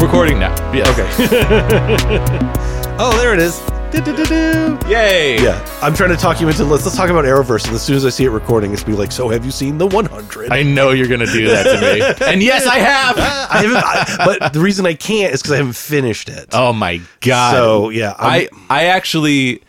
recording now. Yes. Oh, there it is. Do-do-do-do. Yay. Yeah, I'm trying to talk you into let's let's talk about Arrowverse. And as soon as I see it recording, it's gonna be like, so have you seen the 100? I know you're gonna do that to me, and yes, I have. I haven't, I- but the reason I can't is because I haven't finished it. Oh my god. so yeah, I'm- I I actually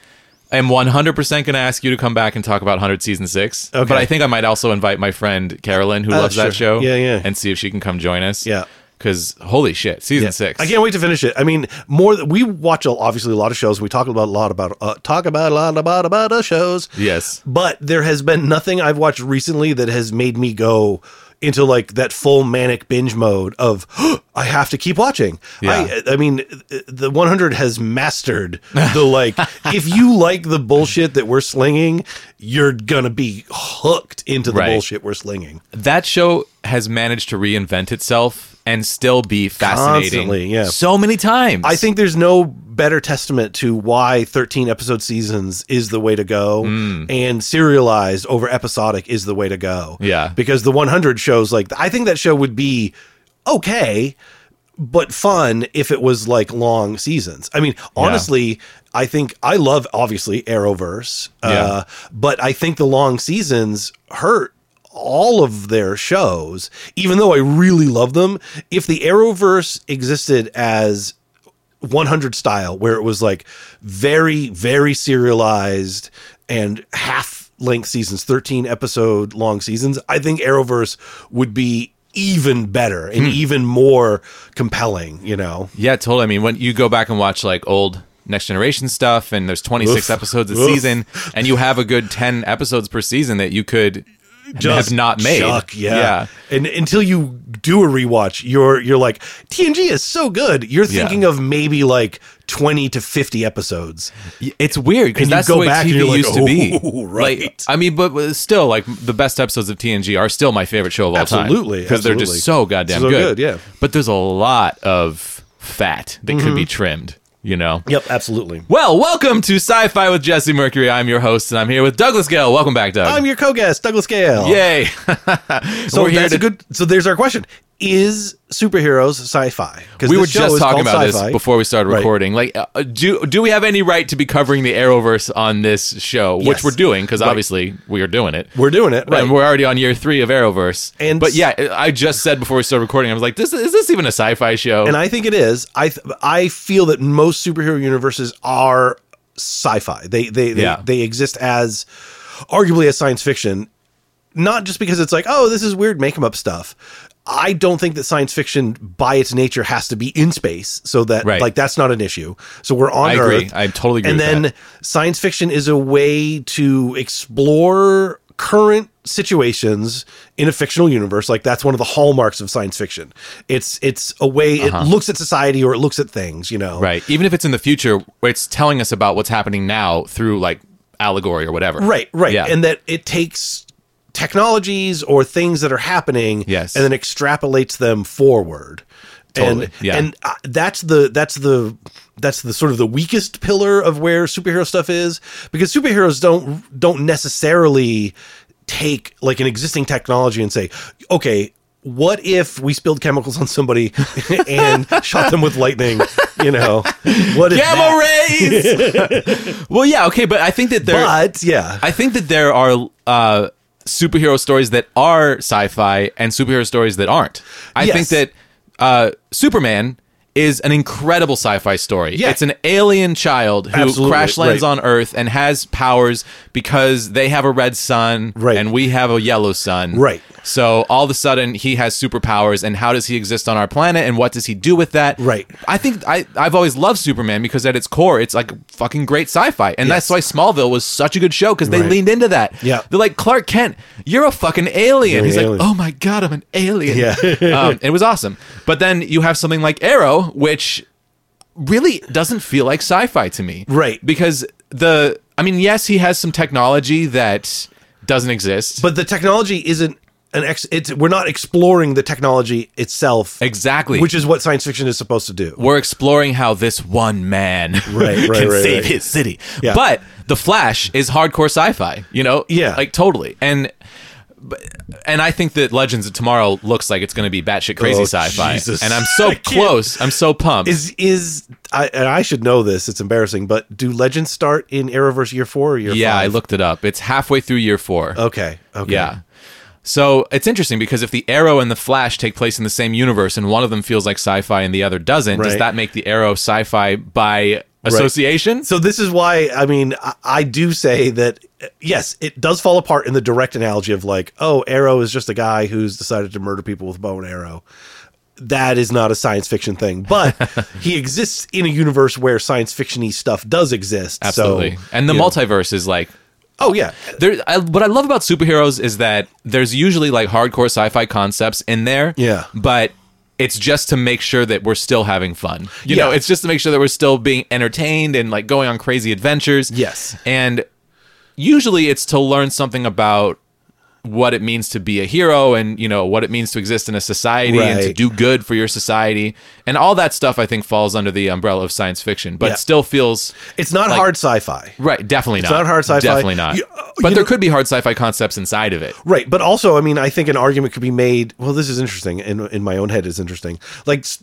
am 100% going to ask you to come back and talk about 100 season 6. Okay. But I think I might also invite my friend Carolyn who Oh, loves that sure. show Yeah, yeah. and see if she can come join us. Yeah. Cuz holy shit, season 6. I can't wait to finish it. I mean, more th- we watch a- obviously a lot of shows. We talk about a lot about uh, talk about a lot about about uh, shows. Yes. but there has been nothing I've watched recently that has made me go into like that full manic binge mode of I have to keep watching. Yeah. I I mean the 100 has mastered the like if you like the bullshit that we're slinging, you're going to be hooked into the Right. bullshit we're slinging. That show has managed to reinvent itself and still be fascinating Constantly, yeah. so many times. I think there's no better testament to why 13 episode seasons is the way to go and serialized over episodic is the way to go. Yeah. Because the 100 shows like I think that show would be okay but fun if it was like long seasons. I mean, honestly, I think I love obviously Arrowverse, uh, but I think the long seasons hurt all of their shows. Even though I really love them, if the Arrowverse existed as 100 style where it was like very very serialized and half length seasons 13 episode long seasons i think arrowverse would be even better and even more compelling you know Yeah, totally. I mean, when you go back and watch like old Next Generation stuff, and there's 26 Oof. episodes a Oof. season, and you have a good 10 episodes per season that you could have not made. chuck, yeah. and until you do a rewatch you're you're like tng is so good you're Yeah. thinking of maybe like 20 to 50 episodes Yeah. It's weird because And you that's go the way back and TV you're like, used to be. "Oh, Like, right." I mean, but but still, like the best episodes of TNG are still my favorite show of all time. Absolutely, because they're just absolutely. so goddamn So good. good, yeah. But there's a lot of fat that could Mm-hmm. be trimmed. You know. yep absolutely Well, welcome to Sci-Fi with Jesse Mercury. I'm your host, and I'm here with Douglas Gale. Welcome back, Doug. i'm your co-guest douglas gale Yay! Oh. so we're here that's to- a good so there's our question is superheroes sci-fi because we were just talking about this before we started Right. recording. Like, uh, do do we have any right to be covering the Arrowverse on this show, which Yes. we're doing because obviously we are doing it. we're doing it right And we're already on year three of Arrowverse. And- but yeah, I I just said before we started recording, I was like, "This is this even a sci-fi show?" and I think it is. I th- I feel that most superhero universes are sci-fi. They they they, Yeah. they exist as arguably as science fiction, not just because it's like oh this is weird make 'em up stuff. I don't think that science fiction by its nature has to be in space, so that Right. like that's not an issue. So we're on I agree. Earth. I totally agree And with then science fiction is a way to explore current situations in a fictional universe like that's one of the hallmarks of science fiction it's it's a way it looks at society or it looks at things you know right? Even if it's in the future, it's telling us about what's happening now through like allegory or whatever. right right Yeah. and that it takes technologies or things that are happening Yes. and then extrapolates them forward Totally, and yeah. and uh, that's the that's the that's the sort of the weakest pillar of where superhero stuff is because superheroes don't don't necessarily take like an existing technology and say okay what if we spilled chemicals on somebody and shot them with lightning you know what if Gamma that- rays. well, yeah, okay, but I think that there. but yeah I think that there are uh, superhero stories that are sci-fi and superhero stories that aren't. I Yes. think that uh, Superman is an incredible sci-fi story. Yeah. It's an alien child who Absolutely, crash lands right. on Earth and has powers because they have a red sun Right. and we have a yellow sun. Right. So all of a sudden he has superpowers and how does he exist on our planet and what does he do with that? Right. I think I I've always loved Superman because at its core it's like fucking great sci-fi. And that's why Smallville was such a good show because they Right. leaned into that. Yeah. They're like Clark Kent, you're a fucking alien. an He's like, alien. "Oh my god, I'm an alien." Yeah. um, it was awesome. But then you have something like Arrow which really doesn't feel like sci-fi to me. Right. Because the I mean, yes, he has some technology that doesn't exist. but the technology isn't an ex it's we're not exploring the technology itself Exactly. which is what science fiction is supposed to do we're exploring how this one man Right, right, can right, save right. his city. Yeah. But the Flash is hardcore sci-fi, you know? Yeah. Like totally. And but- and I think that Legends of Tomorrow looks like it's going to be batshit crazy Oh, sci-fi, Jesus. and I'm so I can't- close. I'm so pumped. Is is I and I should know this. It's embarrassing, but do Legends start in Arrowverse year four or year? yeah, I five? looked it up. It's halfway through year four. Okay. Okay. Yeah. So it's interesting because if the Arrow and the Flash take place in the same universe and one of them feels like sci-fi and the other doesn't, does Right. that make the Arrow sci-fi by association? So this is why I mean I, I do say that uh, yes, it does fall apart in the direct analogy of like, oh, Arrow is just a guy who's decided to murder people with bow and arrow. That is not a science fiction thing, but he exists in a universe where science fictiony stuff does exist. so, Absolutely. and the you know. multiverse is like Oh yeah, there. I, what I love about superheroes is that there's usually like hardcore sci-fi concepts in there. Yeah. But it's just to make sure that we're still having fun. You know, Yeah. it's just to make sure that we're still being entertained and like going on crazy adventures. Yes. And usually it's to learn something about what it means to be a hero and you know what it means to exist in a society and to Right. do good for your society and all that stuff i think falls under the umbrella of science fiction but Yeah. still feels it's not Like- hard sci-fi. Right, definitely not. not hard sci-fi. Definitely not. You- uh, but you there know- could be hard sci-fi concepts inside of it. Right, but also, I mean, I think an argument could be made. Well, this is interesting, in in my own head, it's interesting. Like, s-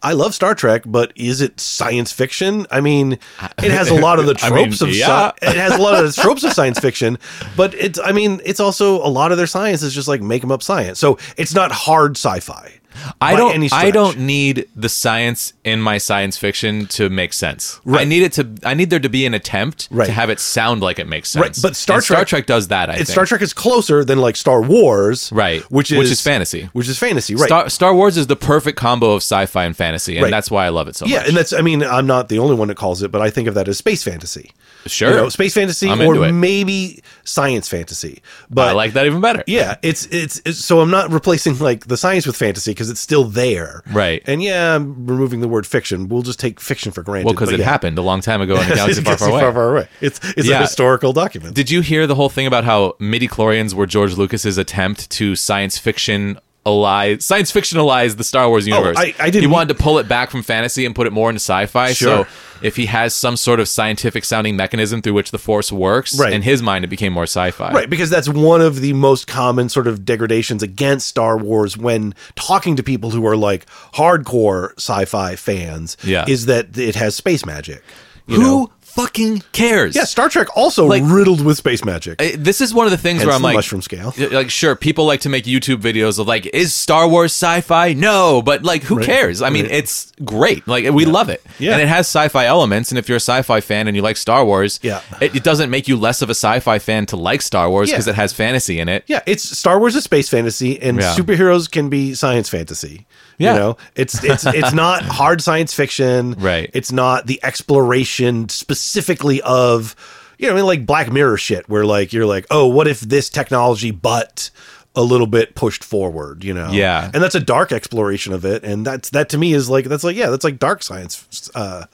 I love Star Trek, but is it science fiction? I mean, it has a lot of the I mean, tropes of yeah. sci- it has a lot of the tropes of science fiction, but it's I mean, it's also a lot of their science is just like make 'em up science. So it's not hard sci-fi. I by don't. any I stretch. don't need the science in my science fiction to make sense. I Right. need it to. I need there to be an attempt Right. to have it sound like it makes sense. Right, but Star And Star Trek- Trek does that. I think. Star Trek is closer than like Star Wars, Right, Which is which is fantasy. which is fantasy, right? Star, Star Wars is the perfect combo of sci-fi and fantasy, and Right. that's why I love it so yeah, much. and that's I mean, I'm not the only one that calls it, but I think of that as space fantasy. sure, you know, space fantasy I'm into or it. maybe science fantasy. But I like that even better. yeah, it's, it's it's- so I'm not replacing like the science with fantasy because it's still there, Right. And yeah, I'm removing the word fiction. We'll just take fiction for granted. well, because but it yeah. happened a long time ago in a galaxy far, It's far away. It's it's Yeah. a historical document. Did you hear the whole thing about how midi chlorians were George Lucas's attempt to science fiction alize science fictionalize the Star Wars universe? Oh, I- I didn't- He wanted to pull it back from fantasy and put it more into sci-fi. So Sure. if he has some sort of scientific sounding mechanism through which the Force works, Right. in his mind it became more sci-fi. Right, because that's one of the most common sort of degradations against Star Wars when talking to people who are like hardcore sci-fi fans. Yeah. is that it has space magic. you Who know? fucking cares? Yeah, Star Trek also Like- riddled with space magic. I- This is one of the things where Hence I'm the like mushroom scale. y- Like sure, people like to make YouTube videos of like, is Star Wars sci-fi? No, but like, who cares? I mean, Right. it's great. Like we love it, Yeah. and it has sci-fi elements. And if you're a sci-fi fan and you like Star Wars, Yeah. it, it doesn't make you less of a sci-fi fan to like Star Wars Yeah. because it has fantasy in it. Yeah, it's Star Wars is space fantasy, and Yeah. superheroes can be science fantasy. Yeah. You know, it's it's it's not hard science fiction. Right. It's not the exploration specifically of, you know, I mean, like Black Mirror shit, where like you're like, oh, what if this technology, but a little bit pushed forward, you know? Yeah. And that's a dark exploration of it, and that's that to me is like that's like yeah, that's like dark science, uh,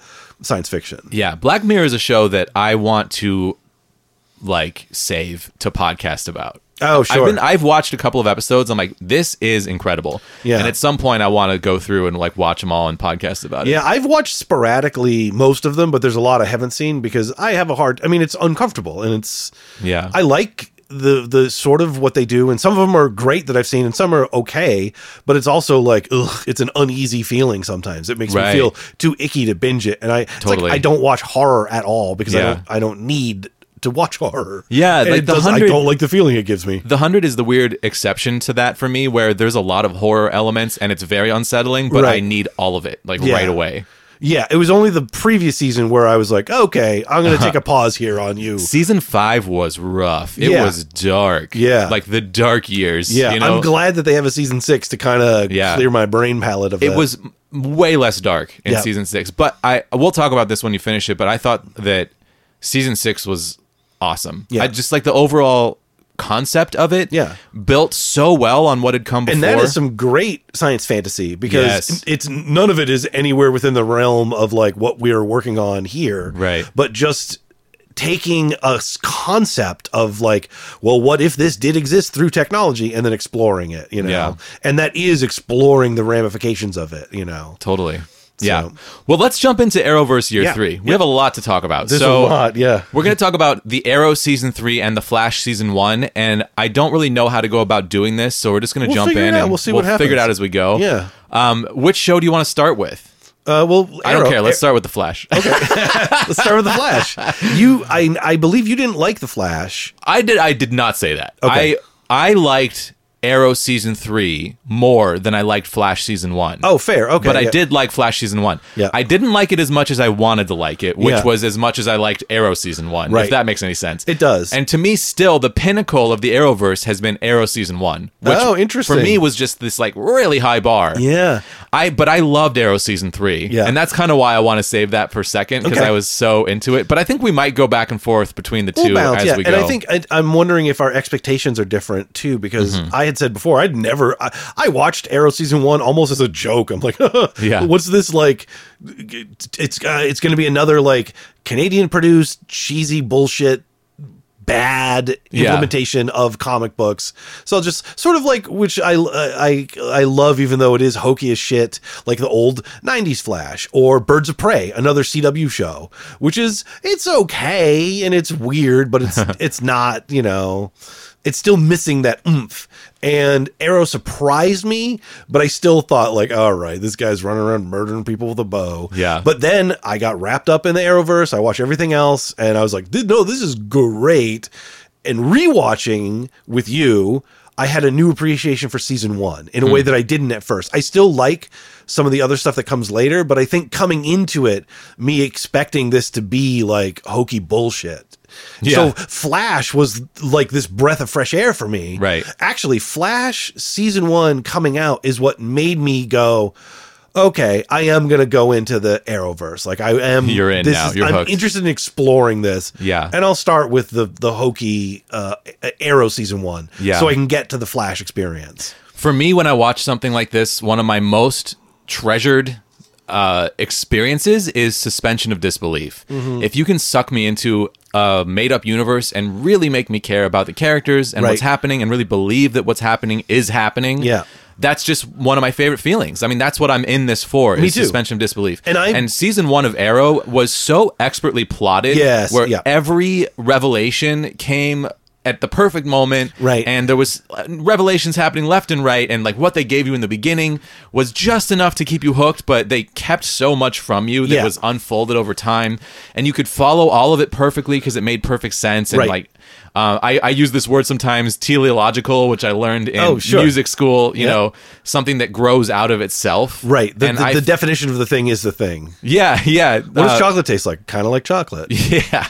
science fiction. Yeah, Black Mirror is a show that I want to like save to podcast about. Oh, I've sure. been I've watched a couple of episodes. I'm like, this is incredible. Yeah. And at some point, I want to go through and like watch them all and podcast about it. Yeah, I've watched sporadically most of them, but there's a lot I haven't seen because I have a hard. I mean, it's uncomfortable and it's. Yeah. I like the the sort of what they do, and some of them are great that I've seen, and some are okay. But it's also like, ugh, it's an uneasy feeling sometimes. It makes Right. me feel too icky to binge it, and I it's like Totally. I don't watch horror at all because Yeah. I don't I don't need to watch horror. Yeah, And like it the does- I 100 don't like the feeling it gives me. The Hundred is the weird exception to that for me, where there's a lot of horror elements and it's very unsettling, but I Right. need all of it like Yeah. right away. Yeah, it was only the previous season where I was like, okay, I'm Uh-huh. going to take a pause here on you. Season five was rough. It Yeah. was dark. Yeah. like the dark years. Yeah, you know? I'm glad that they have a season six to kind of Yeah. clear my brain palette of It that. was m- way less dark in Yeah. season six, but I we'll talk about this when you finish it. But I thought that season six was awesome. Yeah. I just like the overall concept of it. Yeah. built so well on what had come before. and that is some great science fantasy because Yes. it's none of it is anywhere within the realm of like what we are working on here, Right. But just taking a s- concept of like, well, what if this did exist through technology, and then exploring it, you know, Yeah. and that is exploring the ramifications of it, you know. totally. Yeah. So- Well, let's jump into Arrowverse year Yeah. three. We Yeah. have a lot to talk about. There's so a lot, yeah. We're going to talk about the Arrow season three and the Flash season one, and I don't really know how to go about doing this, so we're just going to We'll jump in figure it out. and We'll see what figure it happens. out as we go. Yeah. Um, which show do you want to start with? Uh, well, I don't Arrow- care. Let's start with the Flash. Let's start with the Flash. You, I, I believe you didn't like the Flash. I did. I did not say that. Okay. I I liked Arrow season three more than I liked Flash season one. Oh, fair. Okay, But I yeah. did like Flash season one. Yeah. I didn't like it as much as I wanted to like it, which Yeah. was as much as I liked Arrow season one. If Right. that makes any sense, It does. And to me, still the pinnacle of the Arrowverse has been Arrow season one. Which Oh, interesting. For me, was just this like really high bar. Yeah. I but I loved Arrow season three, Yeah. and that's kind of why I want to save that for second because Okay. I was so into it. But I think we might go back and forth between the two We'll bounce, as yeah. we go. And I think I, I'm wondering if our expectations are different too, because Mm-hmm. I had said before I'd never. I, I watched Arrow season one almost as a joke. I'm like, Yeah. what's this like? It's uh, it's going to be another like Canadian produced cheesy bullshit. Bad Yeah. implementation of comic books, so I'll just sort of like which I I I love, even though it is hokey as shit, like the old '90s Flash or Birds of Prey, another CW show, which is it's okay and it's weird, but it's it's not you know, it's still missing that oomph. And Arrow surprised me, but I still thought like, all right, this guy's running around murdering people with a bow. Yeah. but then I got wrapped up in the Arrowverse. I watched everything else, and I was like, "Th- no, this is great. And rewatching with you, I had a new appreciation for season one in a Hmm. way that I didn't at first. I still like some of the other stuff that comes later, but I think coming into it, me expecting this to be like hokey bullshit. So Yeah. Flash was like this breath of fresh air for me. Right. Actually, Flash season one coming out is what made me go, okay, I am gonna go into the Arrowverse. Like I am. You're in this now. is- You're I'm hooked. interested in exploring this. Yeah. And I'll start with the the hokey uh, Arrow season one. Yeah. So I can get to the Flash experience. for me when i watch something like this one of my most treasured uh, experiences is suspension of disbelief Mm-hmm. if you can suck me into a made-up universe and really make me care about the characters and Right. what's happening and really believe that what's happening is happening Yeah. that's just one of my favorite feelings i mean that's what i'm in this for is too. suspension of disbelief And I- and season one of arrow was so expertly plotted Yes, where yeah. every revelation came at the perfect moment Right. and there was uh, revelations happening left and right and like what they gave you in the beginning was just enough to keep you hooked but they kept so much from you that Yeah. was unfolded over time and you could follow all of it perfectly because it made perfect sense and Right. like uh, I, I use this word sometimes teleological which i learned in Oh, sure. music school you Yeah. know something that grows out of itself Right. The, and the, I, the definition of the thing is the thing. yeah yeah What does uh, chocolate taste like? Kind of like chocolate. yeah.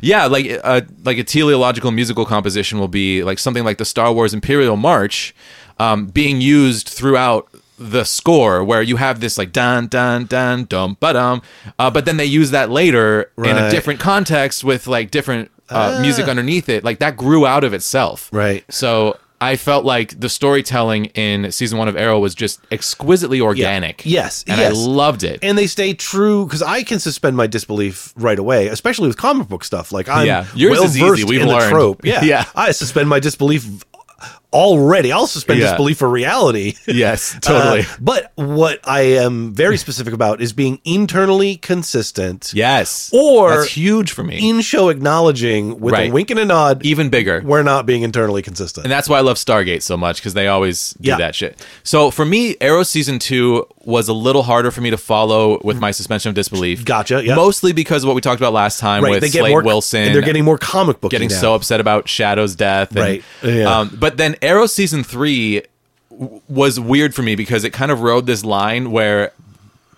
Yeah, like uh, like a teleological musical composition will be like something like the Star Wars Imperial March, um, being used throughout the score, where you have this like dun dun dun dum ba dum, uh, but then they use that later in a Right. Ah. different context with like different uh, music underneath it. Like that grew out of itself, Right. So I felt like the storytelling in season one of Arrow was just exquisitely organic. Yes, and I yes. loved it. And they stay true because I can suspend my disbelief right away, especially with comic book stuff. Like I'm Yeah. Yours well is easy. versed We've in the learned. trope. Yeah, Yeah. I suspend my disbelief already. I'll suspend Yeah. disbelief for reality. yes, totally. Uh, but what I am very specific about is being internally consistent yes, Or- that's huge for me. in show acknowledging with Right. a wink and a nod. even bigger. we're not being internally consistent. And that's why I love Stargate so much because they always do Yeah. that shit. So for me, Arrow season two was a little harder for me to follow with my suspension of disbelief. Hmm. Gotcha, yeah. Mostly because of what we talked about last time right. with They get Slade more Wilson. and they're getting more comic book. getting so upset about Shadow's death. and- Right. Yeah. Um, but then Arrow season three w- was weird for me because it kind of rode this line where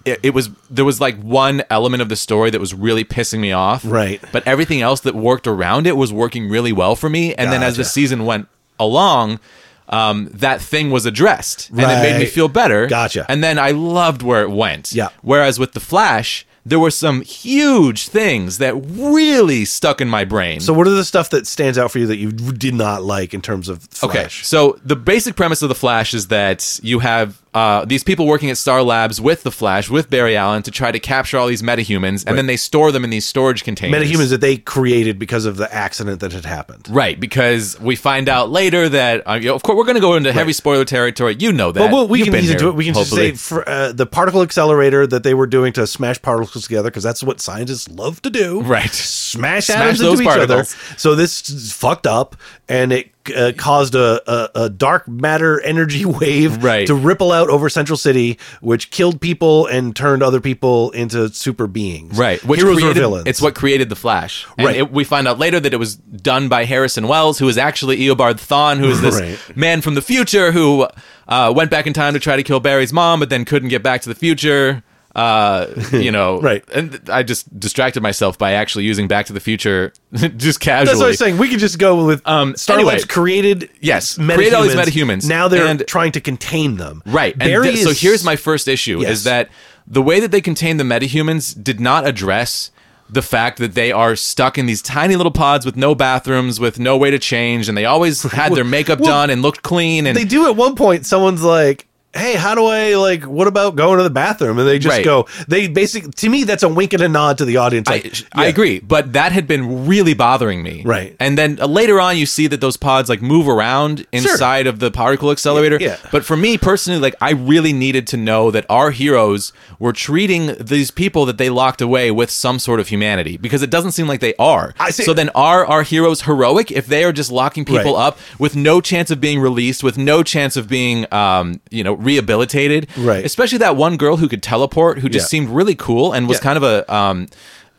it, it was there was like one element of the story that was really pissing me off. Right. But everything else that worked around it was working really well for me. And then as the Gotcha. season went along. Um, that thing was addressed and it made me Right. feel better. Gotcha. And then I loved where it went. Yeah. Whereas with The Flash, there were some huge things that really stuck in my brain. So what are the stuff that stands out for you that you did not like in terms of Okay. Flash? So the basic premise of the Flash is that you have uh, these people working at Star Labs with the Flash, with Barry Allen, to try to capture all these metahumans, and then they store them in these storage containers. Metahumans that they created because of the accident that had happened. Right, because we find out later that uh, you know, of course we're going to go into heavy spoiler territory. You know that. But well, we You've can been ease into here, it. We can just hopefully. say for, uh, the particle accelerator that they were doing to smash particles together because that's what scientists love to do. right. Smash, Smash atoms those into each other. particles. So this is fucked up, and it uh, caused a, a, a dark matter energy wave Right. to ripple out over Central City, which killed people and turned other people into super beings. Right, Which which Heroes created, or villains. It's what created the Flash. And Right. it- we find out later that it was done by Harrison Wells, who is actually Eobard Thawne, who is this Right. man from the future who uh, went back in time to try to kill Barry's mom, but then couldn't get back to the future. Uh, you know, Right. And th- I just distracted myself by actually using Back to the Future just casually. That's what I was saying. We could just go with um, Um, Star anyway. Labs created Yes, created all these metahumans. Now they're And- trying to contain them. Right. And Barry th- so is- here's my first issue Yes. is that the way that they contain the metahumans did not address the fact that they are stuck in these tiny little pods with no bathrooms, with no way to change, and they always had their makeup Well, done and looked clean and They do at one point. Someone's like, "Hey, how do I like? What about going to the bathroom?" And they just Right. go. They basically, to me, that's a wink and a nod to the audience. I, Like, I yeah. agree, but that had been really bothering me. Right. and then uh, later on, you see that those pods like move around inside of the particle accelerator. Yeah. But for me personally, like I really needed to know that our heroes were treating these people that they locked away with some sort of humanity because it doesn't seem like they are. I see- So then, are our heroes heroic if they are just locking people Right. up with no chance of being released, with no chance of being, um, you know, rehabilitated? Right. Especially that one girl who could teleport, who just Yeah. seemed seemed really cool and was Yeah. kind of a um,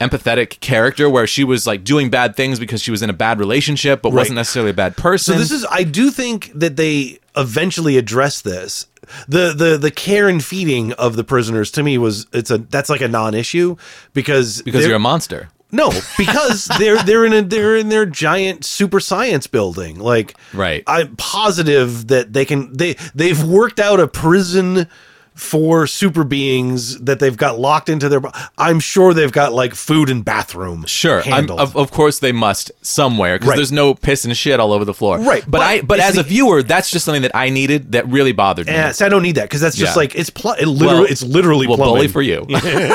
empathetic character where she was like doing bad things because she was in a bad relationship but wasn't necessarily a bad person. So this is. I do think that they eventually address this. The the the care and feeding of the prisoners to me was it's a that's like a non-issue because because they're- you're a monster. No, because they're they're in a they're in their giant super science building. Like Right. I'm positive that they can they they've worked out a prison for super beings that they've got locked into their bo- I'm sure they've got like food and bathroom Sure, I'm, handled. of, of course they must somewhere because Right. there's no piss and shit all over the floor. Right, but, but I but it's as the- a viewer, that's just something that I needed that really bothered me. yeah, so I don't need that because that's just Yeah. like it's pl- it literally Well- it's literally well, plumbing. bully for you.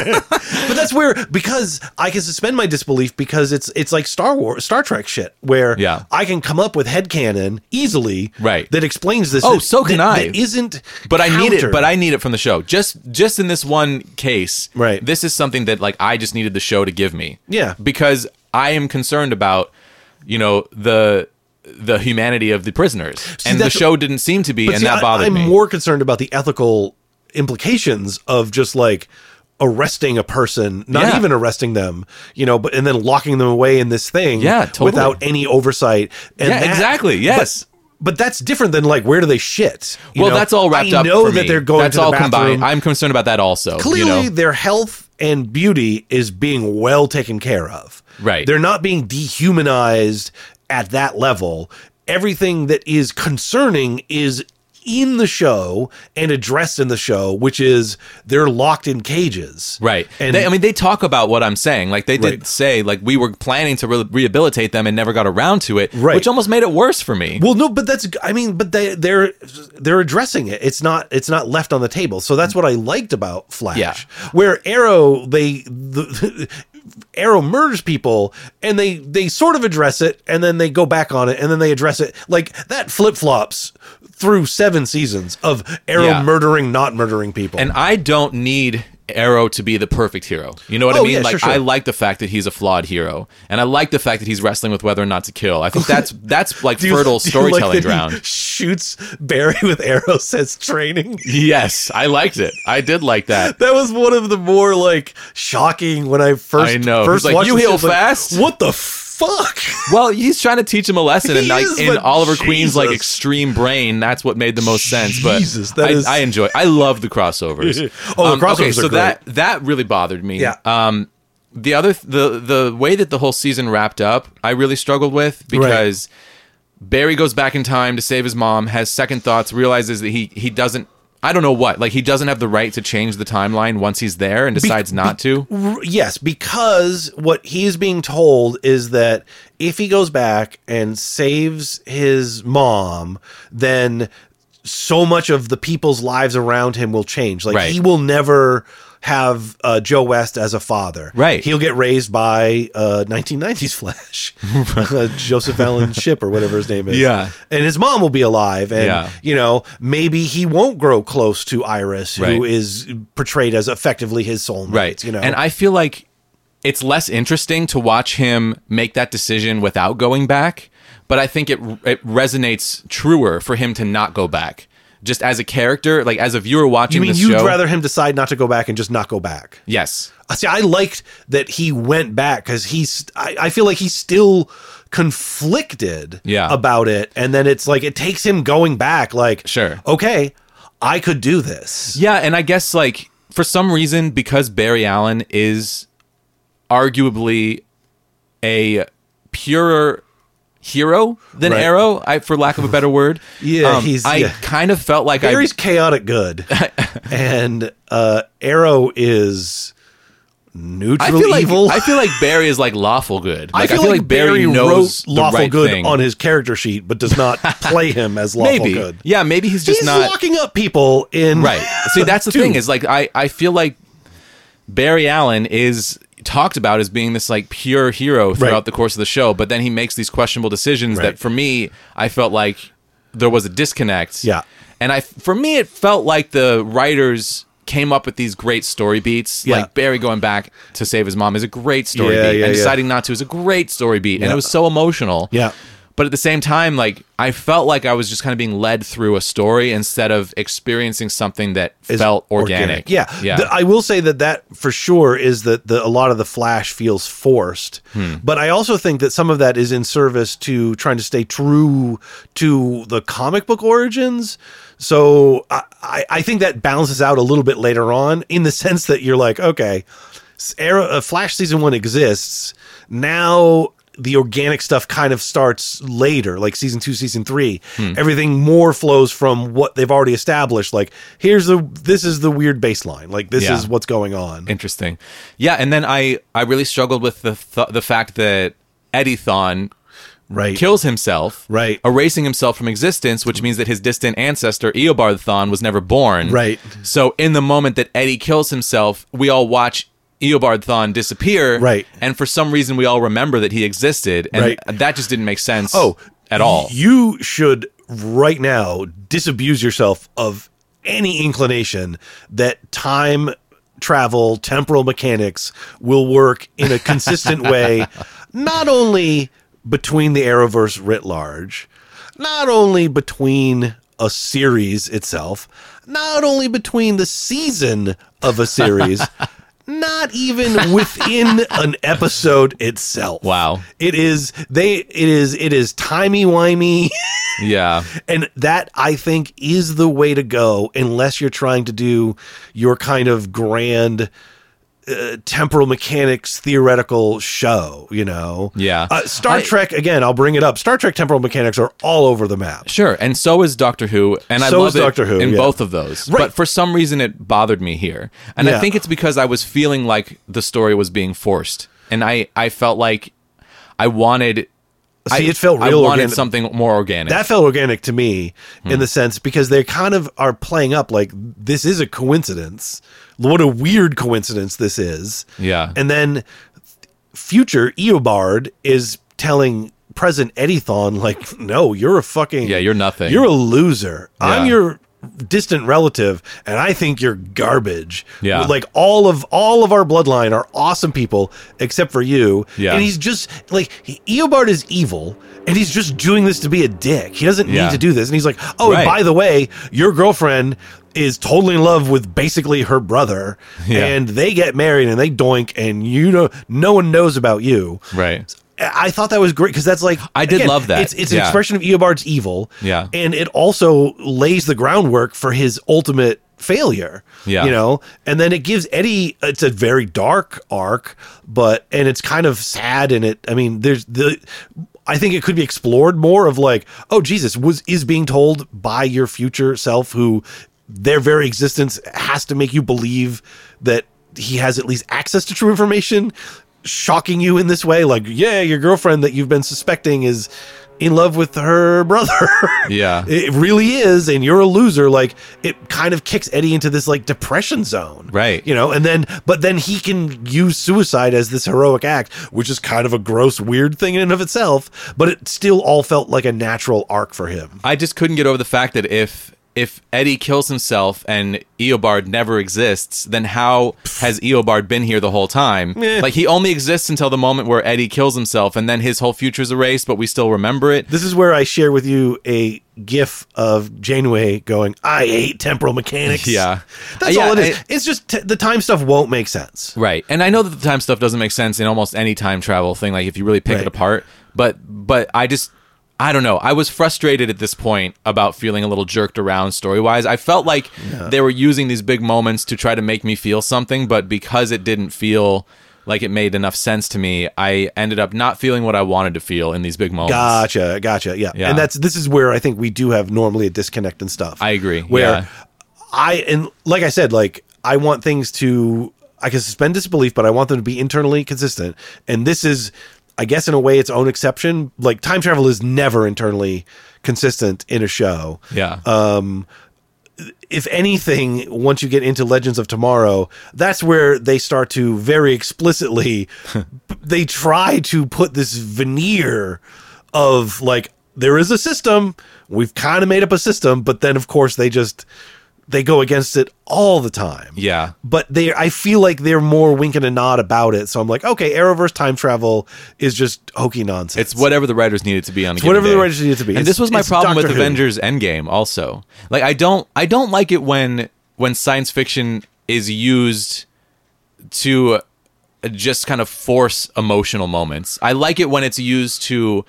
but that's where because I can suspend my disbelief because it's it's like Star Wars Star Trek shit where Yeah. I can come up with headcanon easily Right. that explains this Oh, that- so can that- I. that isn't but I need it. countered. But I need it from the show. Just just in this one case, Right. This is something that like I just needed the show to give me. Yeah. because I am concerned about you know the the humanity of the prisoners, and the that's- show didn't seem to be, But and see, that I- bothered I'm me. more concerned about the ethical implications of just like arresting a person, not Yeah. even arresting them, you know, but and then locking them away in this thing Yeah, totally. without any oversight. And Yeah, that- exactly, but- yes. But that's different than like where do they shit? you well, know? that's all wrapped I up. know for that me. they're going That's to the all bathroom. combined. I'm concerned about that also. clearly you know? their health and beauty is being well taken care of. Right. They're not being dehumanized at that level. Everything that is concerning is in the show and addressed in the show, which is they're locked in cages. Right. And they, I mean, they talk about what I'm saying. Like, they did Right. say, like, we were planning to re- rehabilitate them and never got around to it, Right. which almost made it worse for me. well, no, but that's I mean, but they they're they're addressing it. It's not it's not left on the table. So that's what I liked about Flash. Yeah. Where Arrow they the, Arrow murders people and they they sort of address it and then they go back on it and then they address it like that flip flops through seven seasons of Arrow Yeah. murdering not murdering people. And I don't need Arrow to be the perfect hero. You know what Oh, I mean? yeah, like sure, sure. I like the fact that he's a flawed hero, and I like the fact that he's wrestling with whether or not to kill. I think that's that's like Do you- fertile do you like storytelling that he ground. Shoots Barry with arrows. Says training. Yes, I liked it. I did like that. That was one of the more like shocking when I first I know. first He's like, watched "You this, heal I was like, fast?" what the fuck? Well, he's trying to teach him a lesson, and He like is, in but Oliver Queen's like Jesus. extreme brain, that's what made the most sense. But Jesus, that I, is- I enjoy. I love the crossovers. Um, Oh, the crossovers okay, are so great. that that really bothered me. Yeah. Um, the other the the way that the whole season wrapped up, I really struggled with because Barry goes back in time to save his mom, has second thoughts, realizes that he he doesn't. I don't know what. Like he doesn't have the right to change the timeline once he's there, and decides not to. R- yes, because what he's being told is that if he goes back and saves his mom, then so much of the people's lives around him will change. Like Right. he will never have uh, Joe West as a father. Right. He'll get raised by uh, 1990s Flash, uh, Joseph Allen Ship or whatever his name is. Yeah. And his mom will be alive. And, Yeah. you know, maybe he won't grow close to Iris, who Right. is portrayed as effectively his soulmate. right You know, and i feel like it's less interesting to watch him make that decision without going back but i think it it resonates truer for him to not go back just as a character like as a viewer watching you mean this you'd show rather him decide not to go back and just not go back? yes See, I liked that he went back because he's. I, I feel like he's still conflicted Yeah. about it, and then it's like it takes him going back. Like, Sure. okay, I could do this. yeah and i guess like for some reason because barry allen is arguably a purer hero than Right. arrow I, for lack of a better word um, Yeah, he's- i yeah. kind of felt like i Barry's chaotic good, and uh, Arrow is I neutral feel like evil. I feel like Barry is like lawful good. I Like, I feel, like, Barry, knows the lawful right good thing. on his character sheet, but does not play him as lawful maybe. good. Yeah, maybe he's just He's not locking up people in right. See, that's the Dude. thing is like I I feel like Barry Allen is talked about as being this like pure hero throughout Right. the course of the show, but then he makes these questionable decisions Right. that for me I felt like there was a disconnect. Yeah. And I for me it felt like the writers came up with these great story beats. Yeah. Like Barry going back to save his mom is a great story Yeah, beat. yeah, and yeah. deciding not to is a great story beat. And Yeah. it was so emotional. Yeah. But at the same time, like I felt like I was just kind of being led through a story instead of experiencing something that is felt organic. Yeah, yeah, The- uh, I will say that that for sure is that the a lot of the Flash feels forced, but I also think that some of that is in service to trying to stay true to the comic book origins. So I, I, I think that balances out a little bit later on in the sense that you're like, okay, s- era uh, Flash season one exists now. The organic stuff kind of starts later, like season two, season three. Everything more flows from what they've already established. Like here's the this is the weird baseline. Like this Yeah. is what's going on. interesting. Yeah, and then I I really struggled with the th- the fact that Eddie Thon right. kills himself, Right. erasing himself from existence, which means that his distant ancestor Eobard Thon was never born, Right. So in the moment that Eddie kills himself, we all watch. Eobard Thon disappear, Right. And for some reason, we all remember that he existed, and Right. that just didn't make sense. Oh, at all. You should right now disabuse yourself of any inclination that time travel, temporal mechanics will work in a consistent way, not only between the Arrowverse writ large, not only between a series itself, not only between the season of a series. Not even within an episode itself. Wow. It is they it is it is timey wimey Yeah. and that I think is the way to go unless you're trying to do your kind of grand uh, temporal mechanics theoretical show, you know. Yeah. Uh, Star I- Trek again, I'll bring it up. Star Trek temporal mechanics are all over the map. Sure, and so is Doctor Who, and I So love is it Doctor Who, in yeah. both of those. Right. But for some reason, it bothered me here, and I Yeah. think it's because I was feeling like the story was being forced, and I I felt like I wanted. See, I, it felt I real wanted organic. something more organic. That felt organic to me in the sense because they kind of are playing up like this is a coincidence. What a weird coincidence this is. yeah, And then future Eobard is telling present Edithon, like, no, you're a fucking. Yeah, you're nothing. You're a loser. I'm Yeah. your distant relative and I think you're garbage. Yeah. Like all of all of our bloodline are awesome people except for you. Yeah. And he's just like he- Eobard is evil and he's just doing this to be a dick. He doesn't Yeah. need to do this. And he's like, "Oh, and Right. by the way, your girlfriend is totally in love with basically her brother Yeah. and they get married and they doink and you know no one knows about you right. i thought that was great because that's like I did love that. it's, it's an Yeah. expression of eobard's evil Yeah. and it also lays the groundwork for his ultimate failure Yeah. you know and then it gives eddie it's a very dark arc but and it's kind of sad and it i mean there's the I think it could be explored more of like, oh Jesus, was is being told by your future self who their very existence has to make you believe that he has at least access to true information shocking you in this way like yeah your girlfriend that you've been suspecting is in love with her brother. Yeah. it really is, and you're a loser. Like it kind of kicks Eddie into this like depression zone, Right. You know, and then but then he can use suicide as this heroic act, which is kind of a gross, weird thing in and of itself. But it still all felt like a natural arc for him. I just couldn't get over the fact that if if Eddie kills himself and Eobard never exists, then how has Eobard been here the whole time? Eh. Like he only exists until the moment where Eddie kills himself, and then his whole future is erased, but we still remember it. This is where I share with you a gif of Janeway going, "I hate temporal mechanics." Yeah. that's Yeah, all it is. I- it's just t- the time stuff won't make sense. Right. And I know that the time stuff doesn't make sense in almost any time travel thing, like if you really pick Right. it apart. But but I just I don't know. I was frustrated at this point about feeling a little jerked around story wise. I felt like they were using these big moments to try to make me feel something, but because it didn't feel like it made enough sense to me, I ended up not feeling what I wanted to feel in these big moments. Gotcha, gotcha. Yeah. Yeah. And that's this is where I think we do have normally a disconnect and stuff. I agree, Where yeah. I and like I said, like I want things to I can suspend disbelief, but I want them to be internally consistent. And this is I guess in a way its own exception. Like time travel is never internally consistent in a show Yeah. Uh, if anything, once you get into Legends of Tomorrow, that's where they start to very explicitly they try to put this veneer of like there is a system. We've kind of made up a system, but then of course they just they go against it all the time. yeah. But they I feel like they're more winking and nod about it. So I'm like, okay, Arrowverse time travel is just hokey nonsense. It's whatever the writers needed to be on. A given whatever the day. writers needed to be. And It's- this was my it's problem Doctor with Who. Avengers Endgame. Also, like I don't, I don't like it when when science fiction is used to just kind of force emotional moments. I like it when it's used to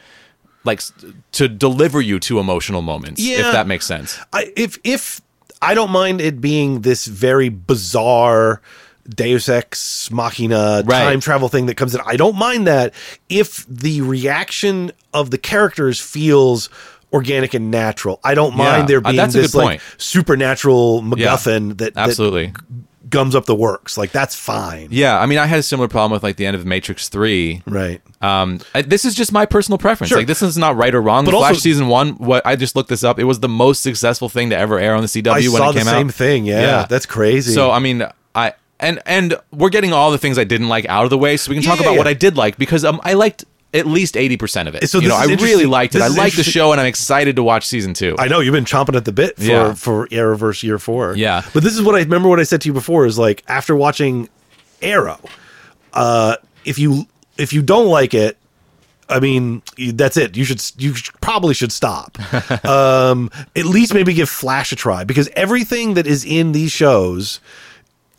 like s- to deliver you to emotional moments. Yeah. If that makes sense. I, if if I don't mind it being this very bizarre Deus Ex Machina Right. time travel thing that comes in, I don't mind that if the reaction of the characters feels organic and natural. I don't mind Yeah, there uh, being that's a this good like point. supernatural MacGuffin that, that Absolutely. gums up the works. Like that's fine, yeah. I mean, I had a similar problem with like the end of Matrix Three. right? Um, I- this is just my personal preference. Sure. Like, this is not right or wrong. But the Flash also- season one, what I just looked this up. It was the most successful thing to ever air on the CW I when saw it the came same out. thing. Yeah, Yeah. that's crazy. So I mean, I and and we're getting all the things I didn't like out of the way, so we can Yeah, talk yeah, about what yeah. I did like because um, I liked at least eighty percent of it. So you know, this I is really interesting. liked it. This I is liked the interesting. show, and I'm excited to watch season two. I know you've been chomping at the bit for Yeah. for Arrowverse year four. Yeah. but this is what I remember. What I said to you before is like after watching Arrow, uh, if you if you don't like it, I mean you- that's it. You should you sh- probably should stop. um, at least maybe give Flash a try because everything that is in these shows.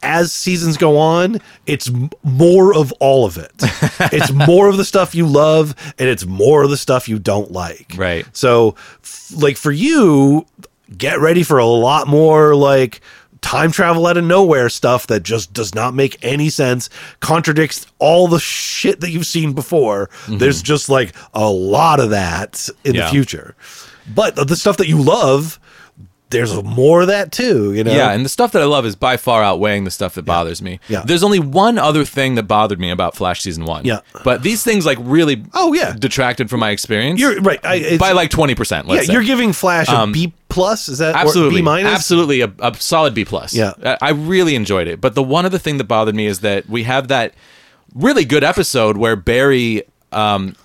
As seasons go on, it's m- more of all of it. it's more of the stuff you love, and it's more of the stuff you don't like. Right. So, f- like for you, get ready for a lot more like time travel out of nowhere stuff that just does not make any sense, contradicts all the shit that you've seen before. There's just like a lot of that in the Mm-hmm. Yeah. future. But the- the stuff that you love, there's more of that too, you know? yeah, and the stuff that I love is by far outweighing the stuff that bothers me. Yeah. There's only one other thing that bothered me about Flash season one. Yeah. But these things like really Oh, yeah. detracted from my experience. You're right. I, it's- by like twenty percent. yeah, Let's say. Um, you're giving Flash a B plus. Is that or absolutely B minus? absolutely a, a solid b plus Yeah. I, I really enjoyed it but the one other thing that bothered me is that we have that really good episode where barry um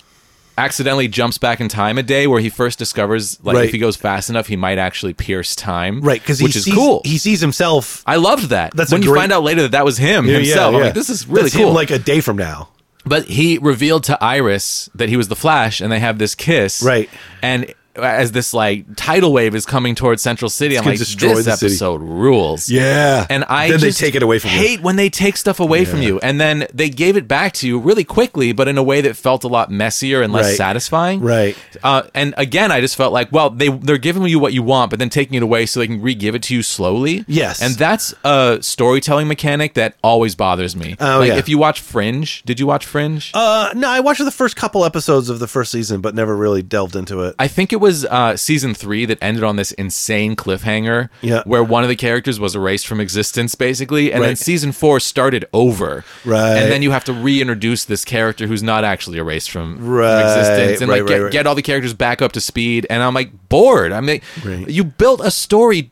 accidentally jumps back in time a day where he first discovers like Right. if he goes fast enough he might actually pierce time Right, because which is cool He sees himself. I loved that. That's a when you great- find out later that that was him himself. I'm like, this is really That's him, cool. like a day from now. But he revealed to Iris that he was the Flash, and they have this kiss. Right. And as this like tidal wave is coming towards Central City, I'm gonna like, this destroy the city." episode rules. Yeah. And I then just they take it away from you. hate when they take stuff away from you, and then they gave it back to you really quickly, but in a way that felt a lot messier and less Right. satisfying. Right. Uh, and again, I just felt like, well, they they're giving you what you want, but then taking it away so they can re-give it to you slowly. Yes. and that's a storytelling mechanic that always bothers me. Oh, like yeah. if you watch Fringe, did you watch Fringe? Uh, no, I watched the first couple episodes of the first season, but never really delved into it. I think it was uh, season three that ended on this insane cliffhanger Yeah. where one of the characters was erased from existence, basically. And then Right. season four started over. Right. And then you have to reintroduce this character who's not actually erased from from Right, existence and right, like get, right, right. get all the characters back up to speed. And I'm like, bored. I'm like, Right. you built a story.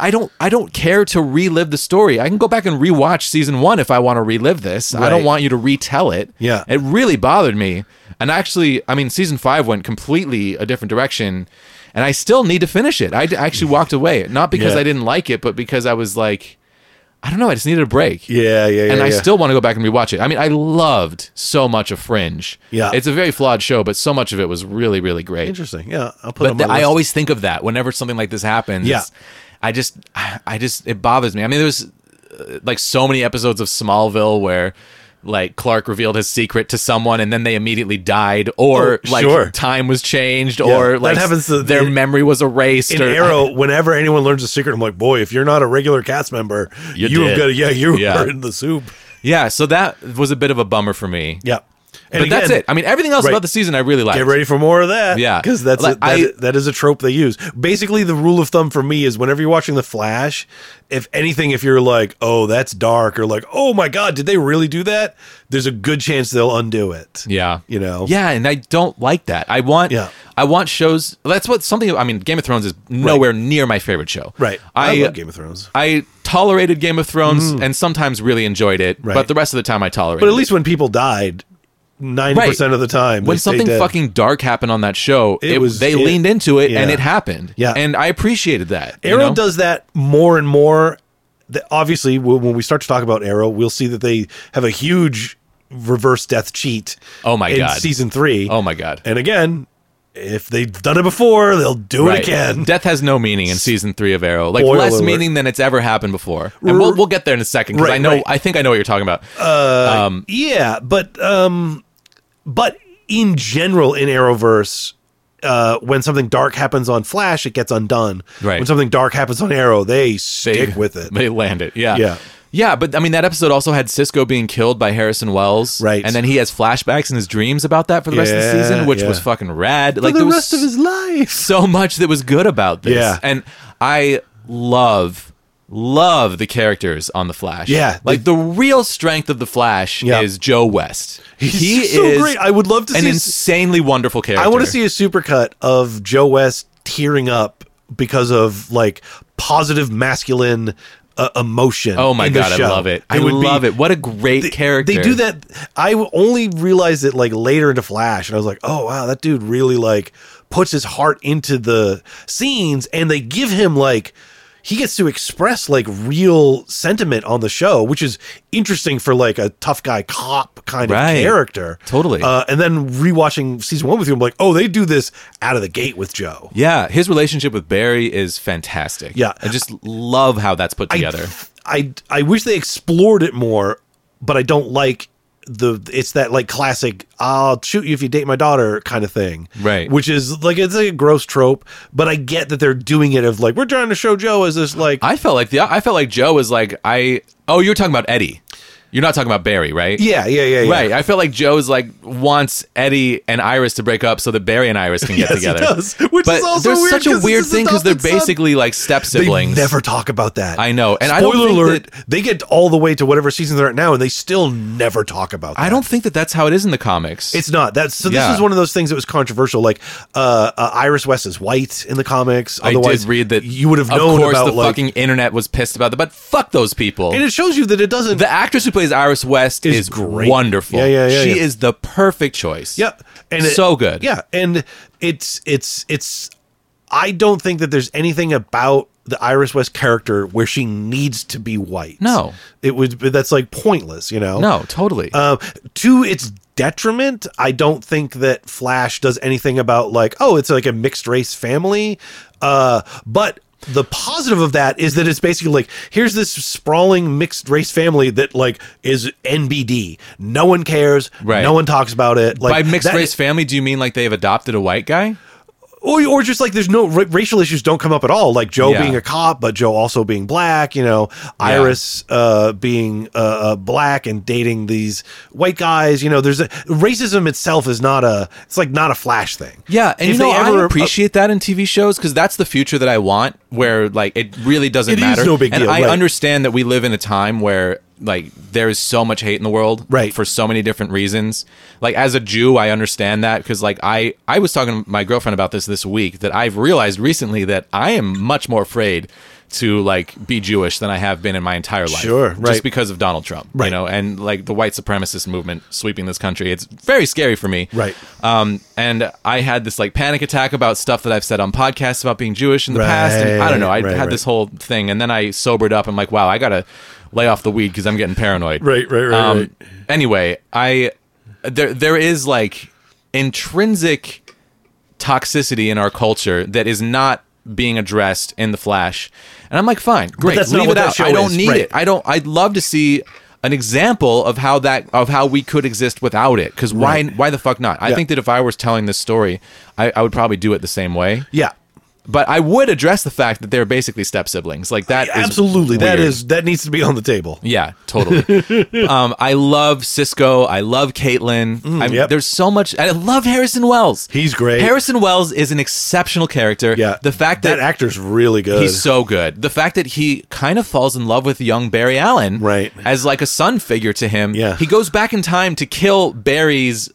I don't. I don't care to relive the story. I can go back and rewatch season one if I want to relive this. I don't Right. want you to retell it. Yeah. It really bothered me. And actually, I mean, season five went completely a different direction, and I still need to finish it. I d- actually walked away, not because Yeah. I didn't like it, but because I was like, I don't know, I just needed a break. Yeah, yeah, yeah. And I yeah. still want to go back and rewatch it. I mean, I loved so much of Fringe. Yeah. It's a very flawed show, but so much of it was really, really great. interesting. Yeah, I'll put. it But on my th- I list. always think of that whenever something like this happens. Yeah. It's- I just, I just, it bothers me. I mean, there was uh, like so many episodes of Smallville where like Clark revealed his secret to someone and then they immediately died or Oh, like sure. time was changed Yeah, or that like happens to- their in- memory was erased in or Arrow, whenever anyone learns a secret, I'm like, boy, if you're not a regular cast member, You're you dead. have got to, yeah, you Yeah. are in the soup. yeah. So that was a bit of a bummer for me. Yeah. And But that's again, it. I mean, everything else Right. about the season I really liked. Get ready for more of that. Yeah. Because that's Like, a, that, I- that is a trope they use. Basically, the rule of thumb for me is whenever you're watching The Flash, if anything, if you're like, oh, that's dark, or like, oh my God, did they really do that? There's a good chance they'll undo it. Yeah. You know? Yeah, and I don't like that. I want Yeah. I want shows that's what something I mean, Game of Thrones is nowhere near my favorite show. Right. I, I I, love Game of Thrones. Mm. tolerated Game of Thrones and sometimes really enjoyed it, but Right. the rest of the time I tolerated. But at it. least when people died, 90% of the time, when they stay something dead. fucking dark happened on that show, it, It was- they it- leaned into it and yeah. it happened. Yeah. And I appreciated that. you Arrow know? does that more and more. Th- Obviously, w- when we start to talk about Arrow, we'll see that they have a huge reverse death cheat. Oh my in God. Season three. Oh my god. And again, if they've done it before, they'll do it again. Death has no meaning in season three of Arrow. Like Spoiler less alert. meaning than it's ever happened before. And we'll we'll get there in a second because Right, I know right. I think I know what you're talking about. yeah, but um, but in general, in Arrowverse. Uh, when something dark happens on Flash, it gets undone. Right. When something dark happens on Arrow, they they- stick with it. They land it. Yeah. Yeah. Yeah, but I mean that episode also had Cisco being killed by Harrison Wells, Right. And then he has flashbacks in his dreams about that for the rest of the Yeah, season, which yeah. was fucking rad. For like the there was rest of his life. so much that was good about this. Yeah. and I love love the characters on the Flash. Yeah. like the real strength of the Flash Yeah. is Joe West. He's he so is great. I would love to an see s- insanely wonderful character. I want to see a supercut of Joe West tearing up because of like positive masculine uh, emotion. Oh my in the god, I show. love it. I would be- love it. What a great character. They do that. I w- only realized it like later into Flash, and I was like, oh wow, that dude really like puts his heart into the scenes, and they give him like. He gets to express like real sentiment on the show, which is interesting for like a tough guy cop kind Right. of character. Totally. Uh, and then rewatching season one with you, I'm like, oh, they do this out of the gate with Joe. Yeah, his relationship with Barry is fantastic. Yeah. I just love how that's put together. I I wish they explored it more, but I don't like the it's that like classic I'll shoot you if you date my daughter kind of thing. Right. Which is like it's a gross trope, but I get that they're doing it of like we're trying to show Joe as this like I, felt like the I felt like Joe was like I oh you're talking about Eddie, you're not talking about Barry, right? yeah, yeah, yeah, yeah. Right. I felt like Joe's like wants Eddie and Iris to break up so that Barry and Iris can get Yes, he together. does. Which but is also there's weird such a 'cause weird it's his thing because they're adopted son. basically like step They siblings. never talk about that. I know, and I don't spoiler think alert: they get all the way to whatever season they're at now, and they still never talk about. That. I don't think that that's how it is in the comics. It's not that's so. This Yeah. is one of those things that was controversial. Like, uh, uh, Iris West is white in the comics. I Otherwise, did read that you would have of known course, about the like, fucking internet was pissed about that, but fuck those people. and it shows you that it doesn't. The actress who plays Iris West is, Is great. wonderful. Yeah, yeah, yeah, She yeah. is the perfect choice. yeah, and it- So good. Yeah, and it's it's it's. I don't think that there's anything about the Iris West character where she needs to be white. No. it would that's like pointless. You know, No, totally. Um, to its detriment, I don't think that Flash does anything about like, oh, it's like a mixed race family. Uh, but the positive of that is that it's basically like, here's this sprawling mixed race family that like is NBD. No one cares. Right. No one talks about it. Like By mixed that- race family, do you mean like they've adopted a white guy? or, or just like there's no ra- racial issues don't come up at all like joe Yeah. being a cop but joe also being black you know iris uh, being uh, uh, black and dating these white guys you know there's a, racism itself is not a it's like not a flash thing Yeah, and If you know they I uh, ever- appreciate that in TV shows because that's the future that I want, where like it really doesn't It is matter. no big and deal, I right. understand that we live in a time where like there is so much hate in the world, Right. for so many different reasons. Like as a Jew, I understand that because like I I was talking to my girlfriend about this this week that I've realized recently that I am much more afraid to like be Jewish than I have been in my entire life. Sure, Just right. because of Donald Trump, you Right. know, and like the white supremacist movement sweeping this country. It's very scary for me. Right. Um, and I had this like panic attack about stuff that I've said on podcasts about being Jewish in the past. And I don't know. I Right, right, had right. this whole thing, and then I sobered up. I'm like, wow, I gotta lay off the weed because I'm getting paranoid. Right, right, right, right. Um, Anyway, I there there is like intrinsic toxicity in our culture that is not being addressed in the Flash. And I'm like, fine, great, that's not leave what it that out. show I don't is, need right. it. I don't. I'd love to see an example of how that of how we could exist without it. Because why why the fuck not? I Yeah. think that if I was telling this story, I, I would probably do it the same way. yeah But I would address the fact that they're basically step siblings. Like that is Oh, absolutely that weird. is that needs to be on the table Yeah, totally. um, I love Cisco. I love Caitlin. I, Mm, yep. There's so much. and I love Harrison Wells. He's great. Harrison Wells is an exceptional character. yeah The fact that, that actor's really good he's so good. The fact that he kind of falls in love with young Barry Allen, Right. as like a son figure to him. Yeah. He goes back in time to kill Barry's.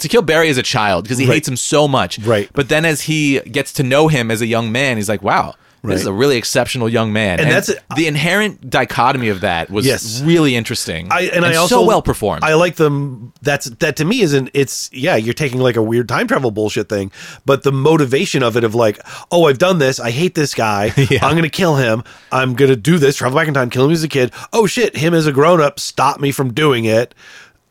To kill Barry as a child because he Right. hates him so much. Right. But then as he gets to know him as a young man, he's like, wow, this is Right. a really exceptional young man. And that's- the inherent dichotomy of that was Yes. really interesting. I and, I also so well performed. I like them. That's that to me isn't. It's yeah. You're taking like a weird time travel bullshit thing, but the motivation of it of like, oh, I've done this. I hate this guy. I'm gonna kill him. I'm gonna do this. Travel back in time. Kill him as a kid. Oh shit, him as a grown up stopped me from doing it.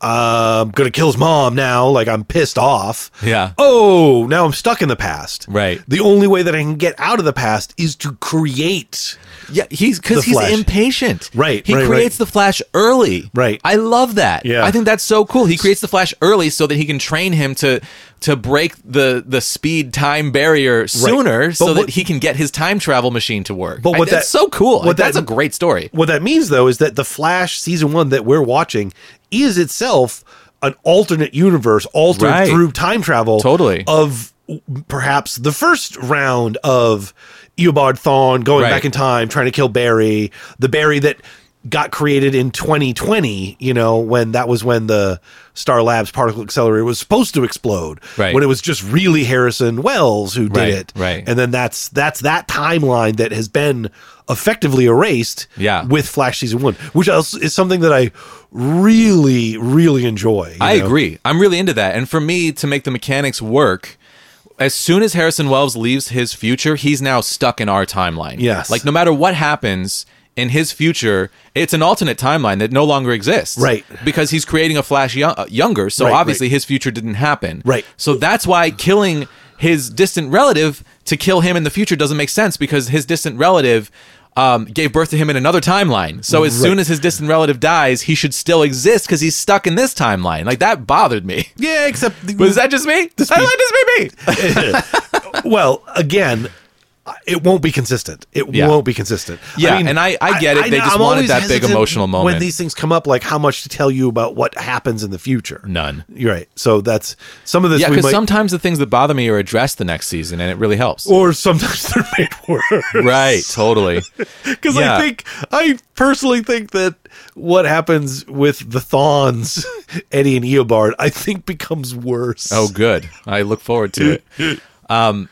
Uh, I'm gonna kill his mom now. Like I'm pissed off. Yeah. Oh, now I'm stuck in the past. Right. The only way that I can get out of the past is to create. Yeah, he's The because he's Flash. impatient. Right, He right, creates right. the Flash early. Right. I love that. Yeah. I think that's so cool. He creates the Flash early so that he can train him to to break the the speed time barrier sooner, But so that what- he can get his time travel machine to work. But I- what that's that- so cool. what Like, that- that's a great story. What that means, though, is that the Flash season one that we're watching is itself an alternate universe altered Right. through time travel. Totally. Of perhaps the first round of Eobard Thawne going Right. back in time, trying to kill Barry, the Barry that got created in 2020, you know, when that was when the Star Labs particle accelerator was supposed to explode. Right. When it was just really Harrison Wells who did Right, it. right. And then that's that's that timeline that has been effectively erased Yeah. with Flash season one, which else is something that I really, really enjoy. you I know? agree. I'm really into that. And for me, to make the mechanics work, as soon as Harrison Wells leaves his future, he's now stuck in our timeline. Yes. Like no matter what happens in his future, it's an alternate timeline that no longer exists. Right. Because he's creating a Flash yo- uh, younger, so Right, obviously right. his future didn't happen. Right. So that's why killing his distant relative to kill him in the future doesn't make sense because his distant relative um, gave birth to him in another timeline. So as soon as his distant relative dies, he should still exist because he's stuck in this timeline. Like that bothered me. Yeah, except Was that just me? That might just be me. well, again, it won't be consistent. It Yeah. won't be consistent. Yeah, and I- I get it. They just wanted always that big hesitant emotional moment. When these things come up, like how much to tell you about what happens in the future. None. You're right. So that's some of this Yeah, we because might sometimes the things that bother me are addressed the next season, and it really helps. or sometimes they're made worse. Right, totally. Because Yeah. I think I personally think that what happens with the Thawns, Eddie and Eobard, I think becomes worse. Oh, good. I look forward to it. Um,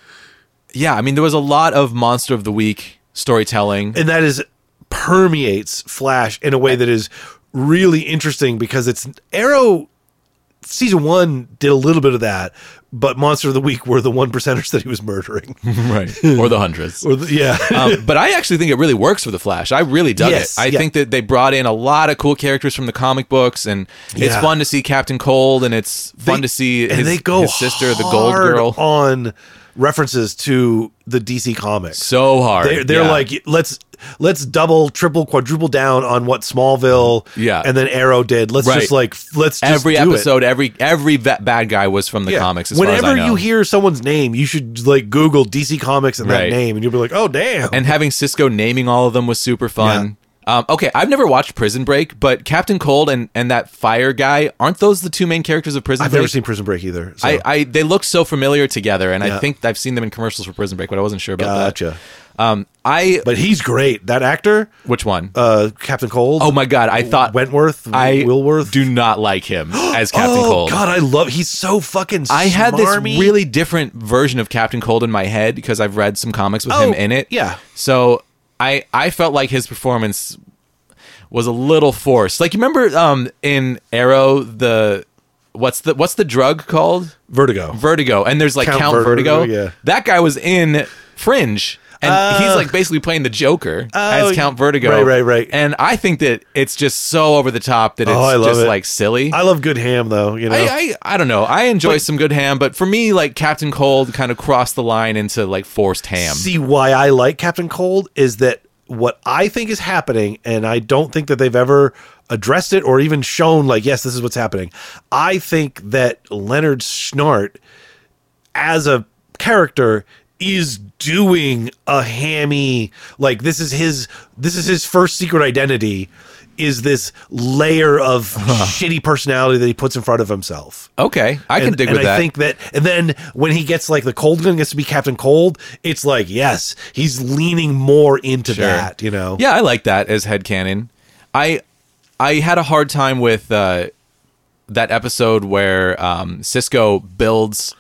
yeah, I mean, there was a lot of monster of the week storytelling. and that is permeates Flash in a way that is really interesting because it's Arrow season one did a little bit of that, but Monster of the Week were the one percenters that he was murdering. right, or the hundreds. or the, yeah. um, but I actually think it really works for the Flash. I really dug Yes, it. I yeah. think that they brought in a lot of cool characters from the comic books, and it's Yeah. fun to see Captain Cold, and it's fun They- to see and his, they go his sister, the Gold hard Girl. on references to the DC comics. so hard. They, they're Yeah. like let's let's double, triple, quadruple down on what Smallville, Yeah. and then Arrow did. Let's Right. just like f- let's just every do it. episode, every every va- bad guy was from the comics. As Whenever far as I know. you hear someone's name, you should like Google DC Comics and that Right. name, and you'll be like, oh damn. and having Cisco naming all of them was super fun. Um, okay, I've never watched Prison Break, but Captain Cold and, and that fire guy aren't those the two main characters of Prison I've Break? never seen Prison Break either. So. I, I they look so familiar together, and I Yeah. think I've seen them in commercials for Prison Break, but I wasn't sure about that. gotcha. Um, I But he's great. That actor, which one? uh, Captain Cold. oh my god, I thought Wentworth. I Wilworth. do not like him as Captain oh, Cold. God, I love. He's so fucking. I had this smarmy. really different version of Captain Cold in my head because I've read some comics with him Oh, in it. yeah. So I I felt like his performance was a little forced. Like you remember um in Arrow the what's the what's the drug called? Vertigo. Vertigo. And there's like Count, Count Vertigo. Vertigo, yeah. That guy was in Fringe. And he's Oh. like basically playing the Joker Oh, as Count Vertigo. right, right, right. Oh, And I think that it's just so over the top that it's I love just it. like silly. I love good ham though. You know. I, I I don't know. I enjoy some good ham, but for me, like Captain Cold kind of crossed the line into like forced ham. See why I like Captain Cold is that what I think is happening, and I don't think that they've ever addressed it or even shown, like, yes, this is what's happening. I think that Leonard Snart, as a character, is doing a hammy like this is his this is his first secret identity is this layer of shitty personality that he puts in front of himself okay, I can and, dig and with I that. think that, and then when he gets like the cold gun, gets to be Captain Cold. It's like yes, he's leaning more into Sure. that. You know, yeah, I like that as headcanon. I I had a hard time with uh, that episode where um, Cisco builds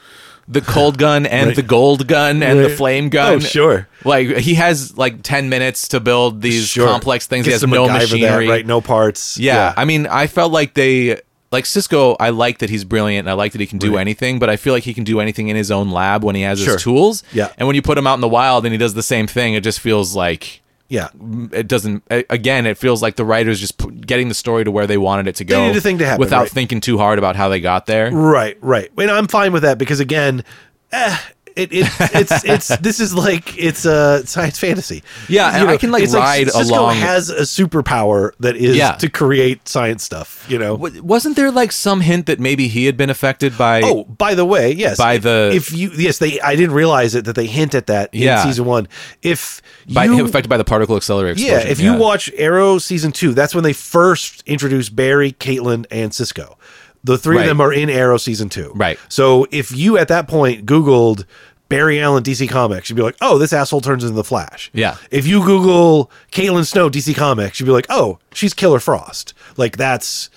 the cold gun and Right. the gold gun and the Right. flame gun. Oh, sure. Like he has like ten minutes to build these Sure. complex things. Get he has some no MacGyver that, machinery. right? No parts. Yeah, I mean, I felt like they like Cisco. I like that he's brilliant, and I like that he can do Right. anything. But I feel like he can do anything in his own lab when he has Sure. his tools. Yeah. and when you put him out in the wild and he does the same thing, it just feels like yeah. it doesn't. a- Again, it feels like the writers just p- getting the story to where they wanted it to go. needed a thing to happen, without right. thinking too hard about how they got there. Right, right. And I'm fine with that because again, eh, it, it it's it's this is like it's uh, science fantasy. Yeah, and I can, like, it's ride Cisco along- has a superpower that is Yeah. to create science stuff. You know, W- Wasn't there like some hint that maybe he had been affected by? Oh, by the way, yes. By the- if you yes, they I didn't realize it that they hint at that Uh, Yeah. in season one. If by you, affected by the particle accelerator yeah, explosion. if you watch Arrow season two, that's when they first introduced Barry, Caitlin, and Cisco. The three Right. of them are in Arrow season two. Right. So if you at that point Googled Barry Allen DC Comics, you'd be like, oh, this asshole turns into the Flash. Yeah. If you Google Caitlin Snow DC Comics, you'd be like, oh, she's Killer Frost. Like that's.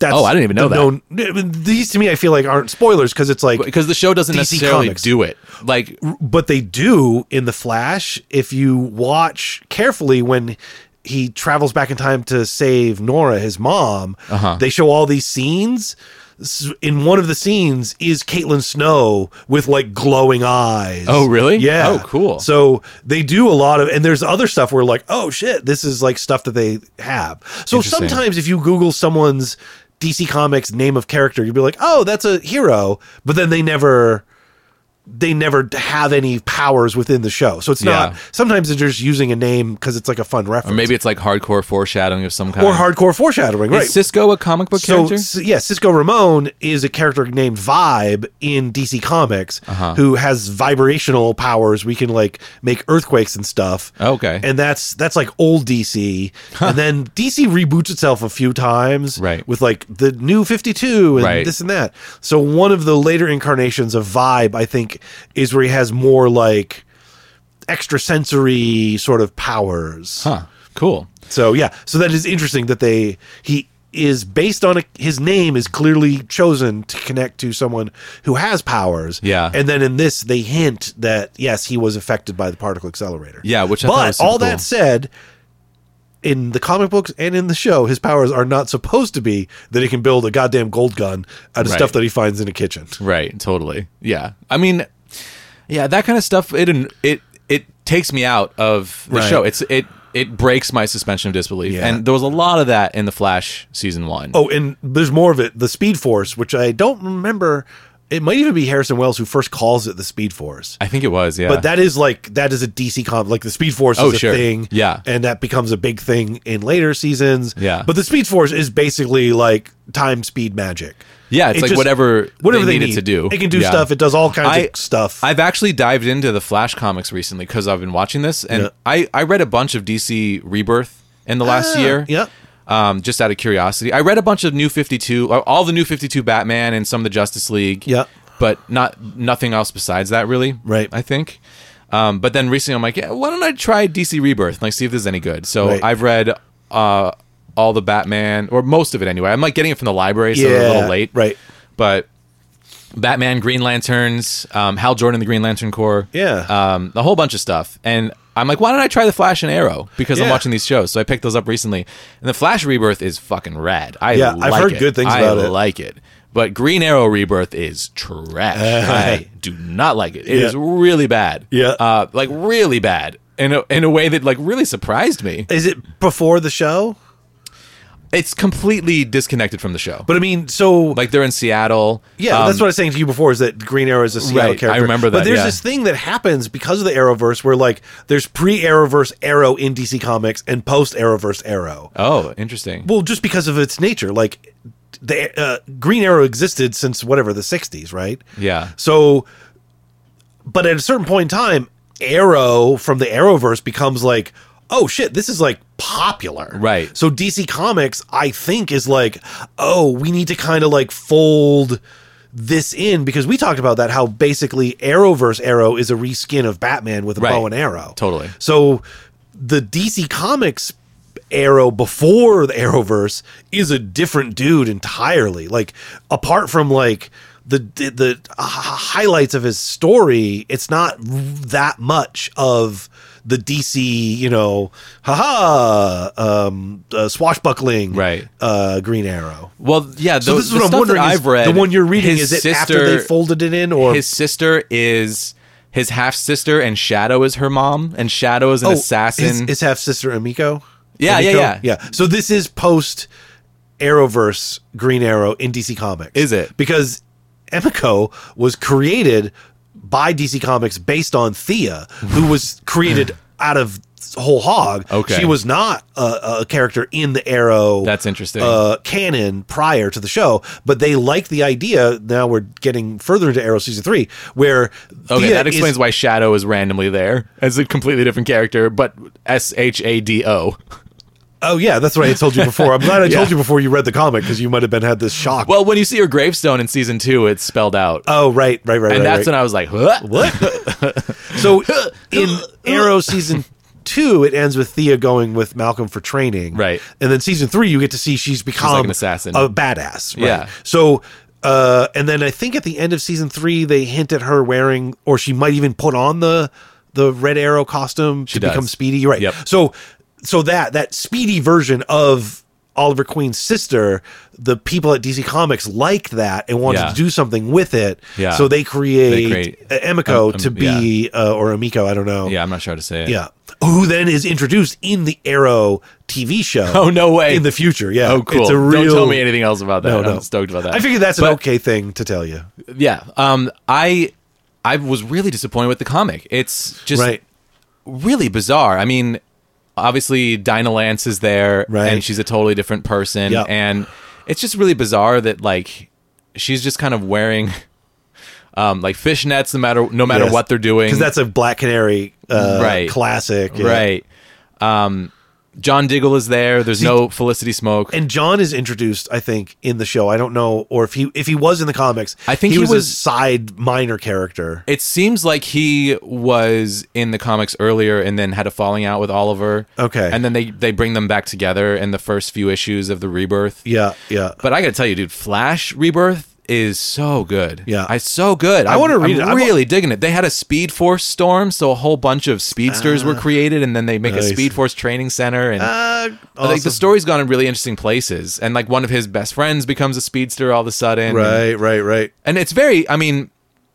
That's Oh, I didn't even know the known- these to me, I feel like aren't spoilers because it's like because the show doesn't DC necessarily Comics. do it. Like but they do in the flash if you watch carefully when he travels back in time to save nora his mom Uh-huh. they show all these scenes S- in one of the scenes is Caitlin Snow with like glowing eyes. Oh, really? Yeah. Oh, cool. So they do a lot of, and there's other stuff where like, oh shit, this is like stuff that they have. So Interesting. sometimes if you Google someone's DC Comics name of character, you'd be like, oh, that's a hero, but then they never they never have any powers within the show. So it's Yeah. not sometimes they're just using a name because it's like a fun reference. Or maybe it's like hardcore foreshadowing of some kind. or hardcore foreshadowing, right? Is Cisco a comic book so, character? s- yeah, Cisco Ramon is a character named Vibe in DC Comics Uh-huh. who has vibrational powers. We can like make earthquakes and stuff. Okay. and that's that's like old DC. And then DC reboots itself a few times, Right. With like the new Fifty Two and Right. this and that. So one of the later incarnations of Vibe, I think, is where he has more like extrasensory sort of powers. huh. Cool. So yeah, so that is interesting that they he is based on a, his name is clearly chosen to connect to someone who has powers. Yeah. and then in this they hint that yes, he was affected by the particle accelerator. Yeah, which I thought was but super all cool. that said. In the comic books and in the show, his powers are not supposed to be that he can build a goddamn gold gun out of Right. stuff that he finds in a kitchen. Right. Totally. Yeah. I mean, yeah, that kind of stuff. It it it takes me out of the Right. show. It's it it breaks my suspension of disbelief. Yeah. And there was a lot of that in the Flash season one. Oh, and there's more of it. The Speed Force, which I don't remember. It might even be Harrison Wells who first calls it the Speed Force. I think it was, yeah. But that is like that is a DC comic. Like the Speed Force Oh, is a sure. thing, Yeah. and that becomes a big thing in later seasons. Yeah. but the Speed Force is basically like time speed magic. yeah, it's It like just- whatever whatever they, needed need. to do. It can do Yeah. stuff. It does all kinds I- of stuff. I've actually dived into the Flash comics recently because I've been watching this, and Yeah. I I read a bunch of DC Rebirth in the last Ah, year. yep. Um, just out of curiosity, I read a bunch of New Fifty Two, all the New Fifty Two Batman, and some of the Justice League. Yep. But not nothing else besides that, really. Right. I think. Um, but then recently, I'm like, yeah, why don't I try DC Rebirth? Like, see if this is any good. So Right. I've read uh, all the Batman, or most of it anyway. I'm like getting it from the library, so they're a Yeah, little late. right. But Batman, Green Lanterns, um, Hal Jordan, the Green Lantern Corps. Yeah. Um, a whole bunch of stuff. And I'm like, why don't I try the Flash and Arrow? Because I'm Yeah. watching these shows. So I picked those up recently. And the Flash Rebirth is fucking rad. I Yeah, I've like heard it. good things I about it. like it. But Green Arrow Rebirth is trash. I do not like it. It is Yeah. really bad. Yeah. Uh, like really bad. In a, in a way that like really surprised me. is it before the show? It's completely disconnected from the show. But I mean, so like they're in Seattle. Yeah, Um, that's what I was saying to you before is that Green Arrow is a Seattle Right, I character. remember that, But there's yeah. this thing that happens because of the Arrowverse where like there's pre-Arrowverse Arrow in DC Comics and post-Arrowverse Arrow. Oh, interesting. Well, just because of its nature, like the uh, Green Arrow existed since whatever the 60s, right? Yeah. So, but at a certain point in time, Arrow from the Arrowverse becomes like, oh shit, this is like popular. Right. So DC Comics, I think, is like, oh, we need to kind of like fold this in because we talked about that how basically Arrowverse Arrow is a reskin of Batman with a Right. bow and arrow. Totally. So the DC Comics Arrow before the Arrowverse is a different dude entirely. Like apart from like the the, the h- highlights of his story, it's not that much of the DC, you know, haha, um, uh, swashbuckling, Right. Uh, Green Arrow. Well, yeah. The, So this is the what I'm stuff wondering. that is I've read. the one you're reading his is it after they folded it in, or His sister is his half sister, and Shadow is her mom, and Shadow is an Oh, assassin. His, his half sister Amiko. Yeah, yeah, Amiko? yeah. yeah. So this is post Arrowverse Green Arrow in DC Comics. Is it? because Emiko was created by DC Comics based on Thea, who was created out of whole hog. Okay. she was not a, a character in the Arrow. That's interesting. Uh, canon prior to the show, but they like the idea. Now we're getting further into Arrow season three, where okay, Thea that is- explains why Shadow is randomly there as a completely different character, but S H A D O. Oh yeah, that's what I told you before. I'm glad I told you before you read the comic because you might have been had this shock. Well, when you see her gravestone in season two, it's spelled out, oh right, right, right, right, and that's right. when I was like, huh? what? so in Arrow season two, it ends with Thea going with Malcolm for training, Right. And then season three, you get to see she's become an assassin. a badass. Right? Yeah. So. Uh, and then I think at the end of season three, they hint at her wearing, or she might even put on the the Red Arrow costume to does. become Speedy, right? Yep. So, so that that Speedy version of Oliver Queen's sister, the people at DC Comics liked that and wanted Yeah. to do something with it. Yeah. So they create, create- uh, Emiko Um, um, to be uh, or Amiko, I don't know. Yeah, I'm not sure how to say it. Yeah. Who then is introduced in the Arrow TV show? Oh no way! In the future, yeah. oh cool. It's a real. Don't tell me anything else about that. No, no. I'm stoked about that. I figured that's an But- okay thing to tell you. yeah um i i was really disappointed with the comic it's just Right. really bizarre i mean obviously dinah lance is there Right. and she's a totally different person Yep. and it's just really bizarre that like she's just kind of wearing um like fishnets no matter no matter Yes. what they're doing Because that's a Black Canary uh, Right. classic. yeah. right um john diggle is there there's no felicity smoke And John is introduced, I think, in the show. I don't know, or if he if he was in the comics, I think he was, was- a side minor character. it seems like he was in the comics earlier and then had a falling out with Oliver. Okay. And then they, they bring them back together in the first few issues of the rebirth. Yeah, yeah. But I got to tell you, dude, Flash Rebirth is so good. Yeah. I so good. I wanna read it. I'm I wa- really digging it. They had a Speed Force storm, so a whole bunch of speedsters were created, and then they make Ah. nice. a Speed Force training center. And Uh, like the awesome. story's gone in really interesting places. And like one of his best friends becomes a speedster all of a sudden. and- right, right, right. and it's very i mean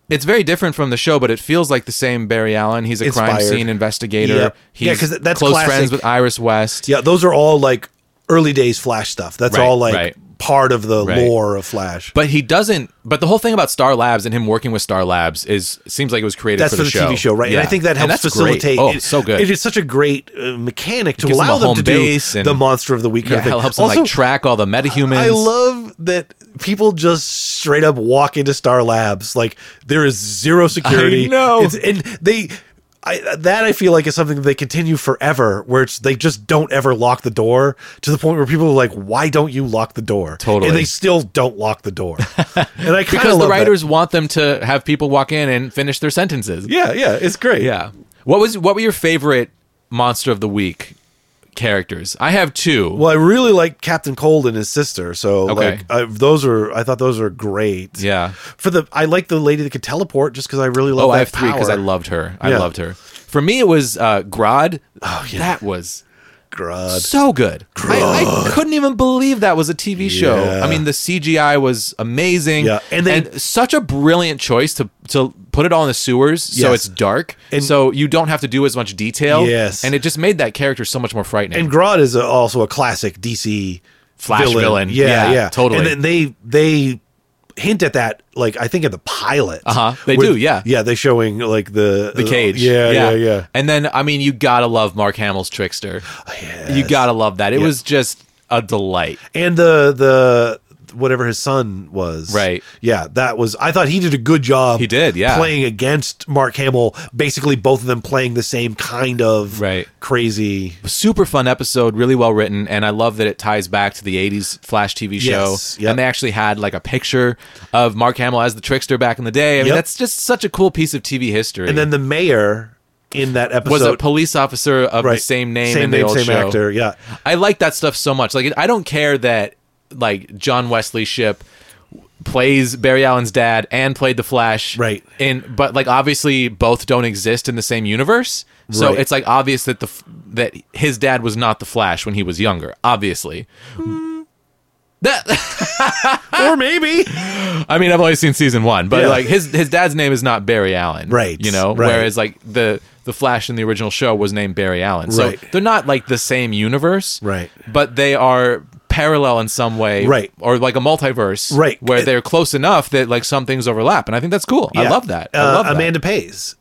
it's very different from the show but it feels like the same barry allen he's a crime Inspired. scene investigator Yep. he's Yeah, 'cause that's close classic. friends with iris west Yeah, those are all like early days Flash stuff. That's Right, all like right. part of the Right. lore of Flash. But he doesn't. But the whole thing about Star Labs and him working with Star Labs is seems like it was created that's for the, show. TV show, right? Yeah. And I think that helps that's great. facilitate. Oh, it- so good. It is such a great uh, mechanic to gives them allow a them home to base do and- the monster of the week. kind yeah, of thing. it helps also, him like track all the metahumans. I love that people just straight up walk into Star Labs. Like there is zero security. I know. It's, and they. I, that I feel like is something that they continue forever, where it's they just don't ever lock the door to the point where people are like, "Why don't you lock the door?" Totally. and they still don't lock the door. and I kind because of the writers want them to have people walk in and finish their sentences. yeah, yeah, it's great. Yeah. What was what were your favorite monster of the week characters? I have two. Well, I really like Captain Cold and his sister, so Okay. like I, those are I thought those are great. yeah. For the I like the lady that could teleport just because I really love. Oh, that I have three because I power. loved her. I Yeah. loved her. For me, it was uh, Grodd. Oh, yeah. That was Grud. so good. I, I couldn't even believe that was a TV show. I mean, the CGI was amazing. Yeah, and and, they- such a brilliant choice to to put it all in the sewers so Yes. it's dark, And- so you don't have to do as much detail. Yes. and it just made that character so much more frightening. And Grodd is a, also a classic DC Flash villain. Yeah, yeah, Yeah, totally. And then they they hint at that, like I think in the pilot. Uh-huh. They do, yeah. yeah. They showing like the the cage. yeah, yeah, yeah. And then, I mean, you gotta love Mark Hamill's Trickster. You gotta love that. It was just a delight. and the the whatever his son was Right. yeah that was i thought he did a good job He did, yeah. playing against mark hamill basically both of them playing the same kind of Right. crazy Super fun episode, really well written, and I love that it ties back to the '80s Flash TV show. Yes, yep. And they actually had like a picture of Mark Hamill as the Trickster back in the day. I mean, Yep. that's just such a cool piece of TV history. and then the mayor in that episode was a police officer of the same name in the old same show. actor yeah I like that stuff so much. Like, I don't care that like John Wesley Ship plays Barry Allen's dad and played the Flash, Right. And but like obviously both don't exist in the same universe, so Right. it's like obvious that the f- that his dad was not the Flash when he was younger. Obviously, that Ah! or maybe I mean I've only seen season one, but Yeah. like his his dad's name is not Barry Allen, Right, You know, right. whereas like the the Flash in the original show was named Barry Allen, so Right. they're not like the same universe, Right. But they are parallel in some way, Right. Or like a multiverse, Right. Where It- they're close enough that like some things overlap, and I think that's cool. I Yeah. love that. I Uh, love that. amanda pays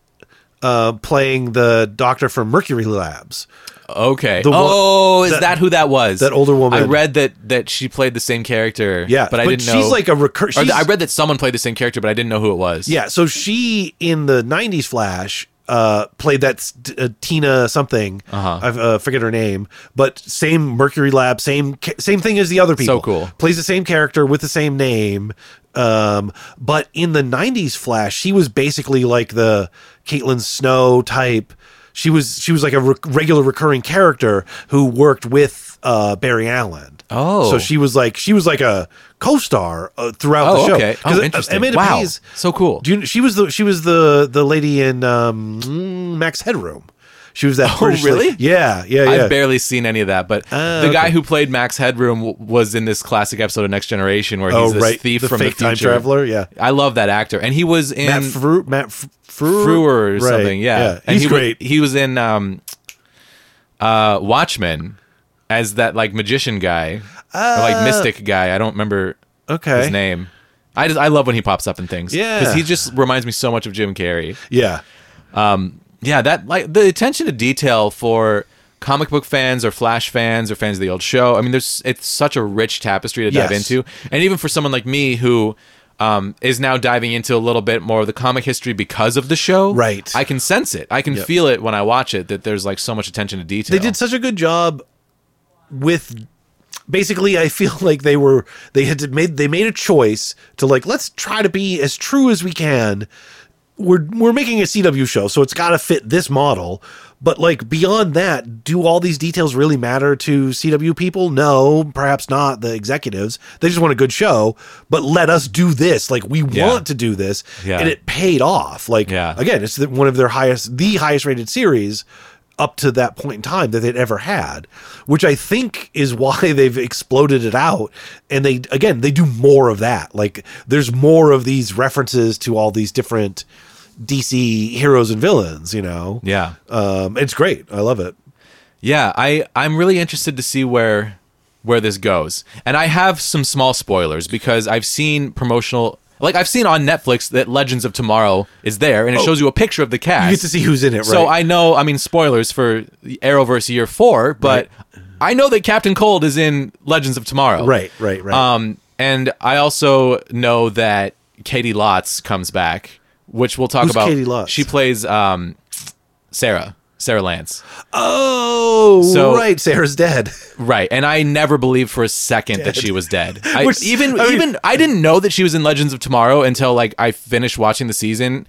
uh, playing the doctor from mercury labs Okay. one- oh, is that- that, who that was? that older woman. I read that that she played the same character. yeah but I didn't know. she's like a recur Or she's- th- I read that someone played the same character, but I didn't know who it was. Yeah, so she in the '90s Flash uh, played that st- uh, Tina something. Uh-huh. I uh, forget her name, but same Mercury Lab, same ca- same thing as the other people. cool. Plays the same character with the same name. Um, but in the '90s Flash, she was basically like the Caitlin Snow type. She was she was like a rec- regular recurring character who worked with uh, Barry Allen. Oh. so she was like she was like a co-star uh, throughout the Oh, show. okay. 'Cause, Oh, uh, interesting. Amanda wow. Pays- so cool. do you, she was the she was the the lady in um, mm, Max Headroom. She was that. Oh, British really? lady- Yeah, yeah, yeah. I've barely seen any of that, but Ah, the guy okay. who played Max Headroom w- was in this classic episode of Next Generation where he's oh, this right. thief the from fake the time future. traveler. Yeah, I love that actor, and he was in Matt Fru Matt Fru Frewer or right. something. Yeah, and he's he wa- great. he was in um, uh, Watchmen as that like magician guy, or, Uh, like mystic guy. I don't remember okay. his name. I just I love when he pops up in things. Yeah. because he just reminds me so much of Jim Carrey. yeah, Yeah, that like the attention to detail for comic book fans or Flash fans or fans of the old show. I mean, there's it's such a rich tapestry to dive Yes. into, and even for someone like me who um, is now diving into a little bit more of the comic history because of the show. Right. I can sense it. I can feel it when I watch it that there's like so much attention to detail. they did such a good job with. Basically, I feel like they were they had made they made a choice to like let's try to be as true as we can we're we're making a CW show, so it's got to fit this model. But like beyond that, do all these details really matter to CW people? No, perhaps not the executives. They just want a good show, but let us do this. Like we Yeah. want to do this, Yeah. and it paid off. Like Yeah. again, it's the, one of their highest, the highest rated series up to that point in time that they'd ever had, which I think is why they've exploded it out. And they, again, they do more of that. Like there's more of these references to all these different DC heroes and villains, you know? Yeah. Um, it's great. I love it. Yeah, I I'm really interested to see where where this goes. And I have some small spoilers because I've seen promotional like I've seen on Netflix that Legends of Tomorrow is there and it shows you a picture of the cast. Oh. You get to see who's in it, right? So I know, I mean, spoilers for the Arrowverse year four, but I know that Captain Cold is in Legends of Tomorrow. right, right, right. Um, and I also know that Katie Lotz comes back, which we'll talk Who's about. Katie Lotz? She plays um, Sarah, Sarah Lance. oh, so- right. Sarah's dead. Right. And I never believed for a second that she was dead. I, Which- even I mean- even I didn't know that she was in Legends of Tomorrow until like I finished watching the season.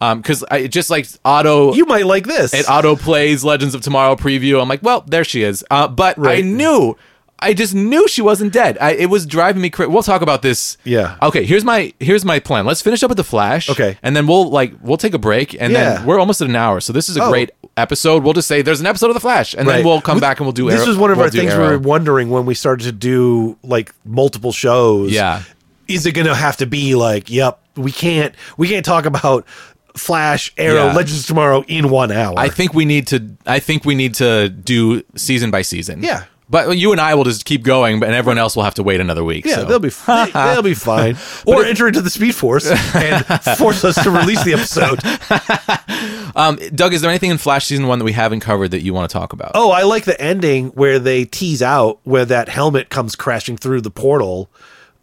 Um, cuz I it just like auto You might like this. it auto plays Legends of Tomorrow preview. I'm like, well, there she is. Uh, but I Right. knew, I just knew she wasn't dead. I, it was driving me crazy. We'll talk about this. Yeah. Okay. Here's my here's my plan. Let's finish up with the Flash. Okay. And then we'll like we'll take a break, and Yeah. then we're almost at an hour, so this is a Oh. great episode. We'll just say there's an episode of the Flash, and Right. then we'll come With- back and we'll do. This Arrow- was one of we'll our do things we Arrow. were wondering when we started to do like multiple shows. Yeah. is it going to have to be like, yep, we can't we can't talk about Flash, Arrow, Yeah. Legends of Tomorrow in one hour. I think we need to. I think we need to do season by season. Yeah. But you and I will just keep going, but and everyone else will have to wait another week. yeah, so. they'll be they, they'll be fine. Or enter into the Speed Force and force us to release the episode. Um, Doug, is there anything in Flash season one that we haven't covered that you want to talk about? Oh, I like the ending where they tease out where that helmet comes crashing through the portal.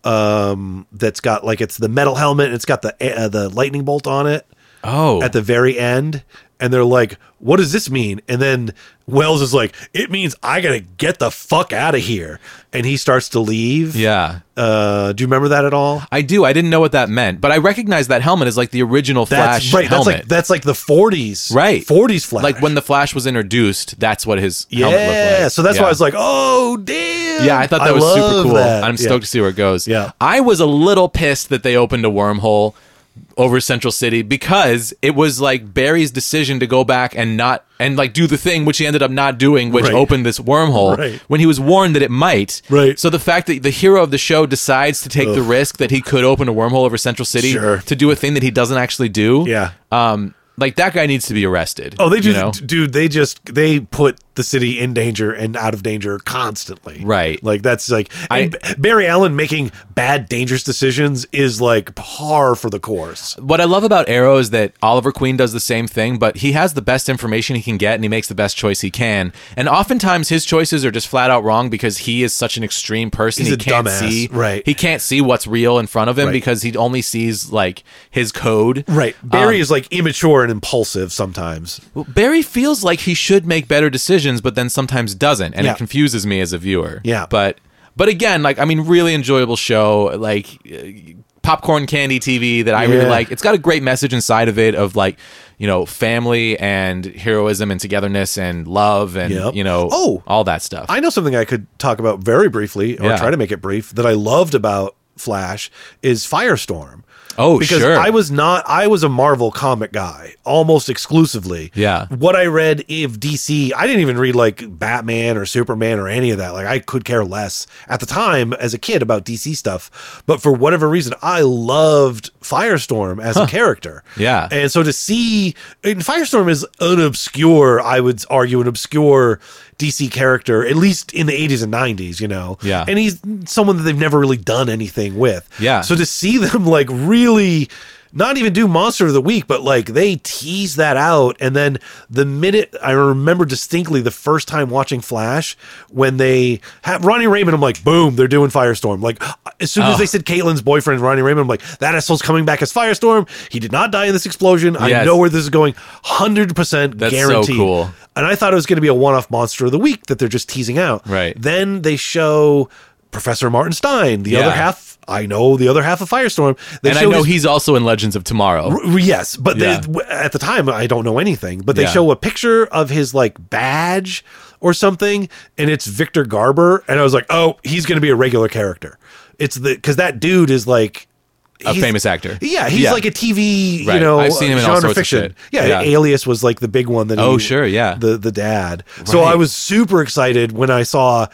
Um, that's got like it's the metal helmet. And it's got the uh, the lightning bolt on it. Oh, at the very end and they're like what does this mean and then wells is like it means i gotta get the fuck out of here and he starts to leave yeah, uh do you remember that at all I do. I didn't know what that meant, but I recognize that helmet is like the original that's Flash right helmet. that's like that's like the 40s Right. 40s flash Like, when the Flash was introduced, that's what his yeah helmet looked like. so that's Yeah. why i was like oh damn Yeah, I thought that was super love cool. that. I'm Yeah. stoked to see where it goes. Yeah. I was a little pissed that they opened a wormhole over Central City because it was like Barry's decision to go back and not and like do the thing which he ended up not doing, which Right. opened this wormhole Right. when he was warned that it might. Right. So the fact that the hero of the show decides to take the risk that he could open a wormhole over Central City Sure. to do a thing that he doesn't actually do. Yeah. Um like that guy needs to be arrested. oh they you do know? dude they just they put the city in danger and out of danger constantly Right. like that's like I- and B- barry allen making bad dangerous decisions is like par for the course What I love about Arrow is that Oliver Queen does the same thing, but he has the best information he can get and he makes the best choice he can. And oftentimes his choices are just flat out wrong because he is such an extreme person. He's he a can't dumbass, see right. He can't see what's real in front of him Right. because he only sees like his code. Right. Barry Um, is like immature and impulsive sometimes. Barry feels like he should make better decisions, but then sometimes doesn't, and Yeah. it confuses me as a viewer. Yeah. but but again, like I mean, really enjoyable show, like uh, popcorn candy TV that I really Yeah. like. It's got a great message inside of it of like you know family and heroism and togetherness and love and Yep. you know Oh! all that stuff. I know something I could talk about very briefly or Yeah. try to make it brief that I loved about Flash is Firestorm. Oh, because sure. I was not I was a Marvel comic guy almost exclusively. Yeah. What I read of DC, I didn't even read like Batman or Superman or any of that. Like I could care less at the time as a kid about DC stuff, but for whatever reason I loved Firestorm as a character. Yeah. And so to see and Firestorm is an obscure, I would argue, an obscure DC character, at least in the 80s and 90s, you know? Yeah. And he's someone that they've never really done anything with. Yeah. So to see them like really not even do Monster of the Week, but like they tease that out. And then the minute I remember distinctly the first time watching Flash when they have Ronnie Raymond, I'm like, boom, they're doing Firestorm. Like as soon Oh. as they said Caitlin's boyfriend, Ronnie Raymond, I'm like, that asshole's coming back as Firestorm. He did not die in this explosion. I Yes. know where this is going. 100% That's so guaranteed. cool. And I thought it was going to be a one off monster of the week that they're just teasing out. Right. Then they show Professor Martin Stein, the Yeah. other half. I know the other half of Firestorm. They and I show know his- he's also in Legends of Tomorrow. R- r- Yes, but they, Yeah. w- at the time I don't know anything. But they Yeah. show a picture of his like badge or something, and it's Victor Garber, and I was like, oh, he's going to be a regular character. It's the because that dude is like A famous actor. Yeah, he's Yeah. like a TV, Right. you know, I've seen him in all genre sorts of fiction. shit. Yeah, Yeah. Alias was like the big one that. Oh, he- sure, yeah. the the dad. So Right. I was super excited when I saw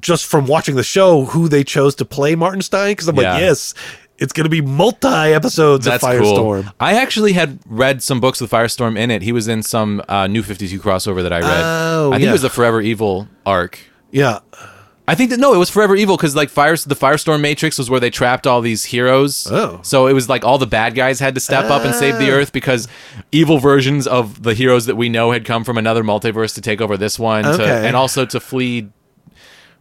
just from watching the show who they chose to play Martin Stein because I'm Yeah. like, yes, it's going to be multi episodes of That's Firestorm. cool. I actually had read some books with Firestorm in it. He was in some uh, New Fifty Two crossover that I read. Oh, I think yeah. it was the Forever Evil arc. Yeah. I think that no, it was Forever Evil because like fire, the Firestorm Matrix was where they trapped all these heroes. Oh. Ah. so it was like all the bad guys had to step up and save the Earth because evil versions of the heroes that we know had come from another multiverse to take over this one, to, Okay. and also to flee.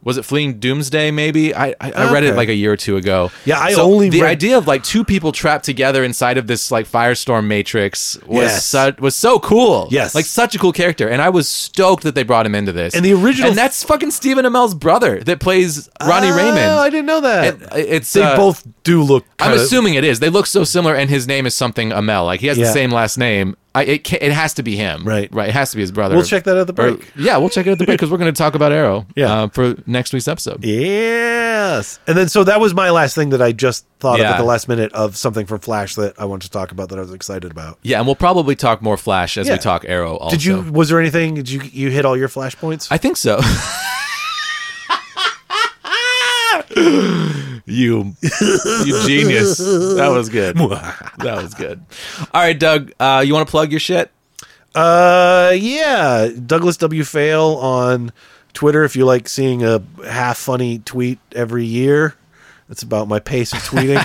Was it fleeing Doomsday? Maybe I I, I read it Okay. like a year or two ago. Yeah, I only the read- idea of like two people trapped together inside of this like Firestorm Matrix was Yes. su- was so cool. Yes. like such a cool character, and I was stoked that they brought him into this. And the original- and that's fucking Stephen Amell's brother that plays Ronnie Oh, I Raymond. didn't know that. And it's they uh, both do look. I'm kinda- assuming it is. They look so similar, and his name is something Amell. Like he has Yeah. the same last name. I, it ca it has to be him. Right. Right. It has to be his brother. We'll check that at the Or- break. yeah, we'll check it at the break because we're going to talk about Arrow. Yeah. uh, for next week's episode. Yes. And then so that was my last thing that I just thought of Yeah. at the last minute of something from Flash that I wanted to talk about that I was excited about. Yeah, and we'll probably talk more Flash as Yeah. we talk Arrow. Also, Did you was there anything did you you hit all your flash points? I think so. you, you genius. That was good. That was good. All right, Doug. Uh, you want to plug your shit? Uh, yeah, Douglas W. Fail on Twitter. If you like seeing a half funny tweet every year, that's about my pace of tweeting.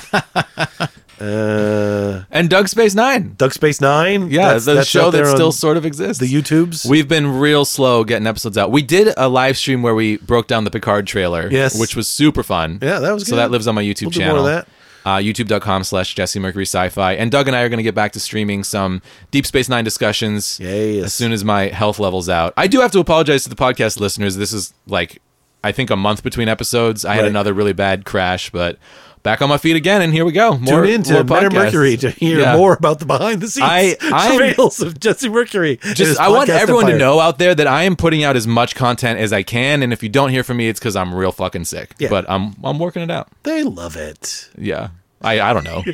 uh, And Doug Space Nine. Doug Space Nine. Yeah, the show out there that on still sort of exists. the YouTubes. We've been real slow getting episodes out. We did a live stream where we broke down the Picard trailer, Yes. which was super fun. Yeah, that was so good. that lives on my YouTube We'll do more channel. of that. Uh, YouTube.com slash Jesse Mercury Sci Fi. And Doug and I are going to get back to streaming some Deep Space Nine discussions Yes. as soon as my health level's out. I do have to apologize to the podcast listeners. This is like, I think, a month between episodes. I had Right. another really bad crash, but back on my feet again. And here we go. More, Tune in to more Meta podcasts. Mercury to hear Yeah. more about the behind the scenes I- I'm- travails of Jesse Mercury. and his just I want podcast everyone empire. to know out there that I am putting out as much content as I can, and if you don't hear from me, it's because I'm real fucking sick. Yeah. But I'm I'm working it out. they love it. Yeah. I, I don't know.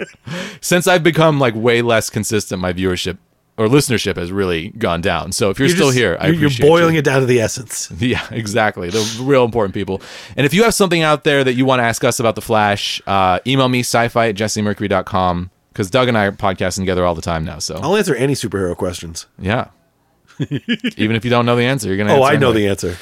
Since I've become like way less consistent, my viewership or listenership has really gone down. So if you're, still just- here, I you're, you're appreciate boiling you. it down to the essence. Yeah, exactly. The real important people. And if you have something out there that you want to ask us about The Flash, uh, email me sci-fi at jessemercury.com because Doug and I are podcasting together all the time now. So I'll answer any superhero questions. yeah. Even if you don't know the answer, you're gonna. Oh, answer I know anyway. the answer.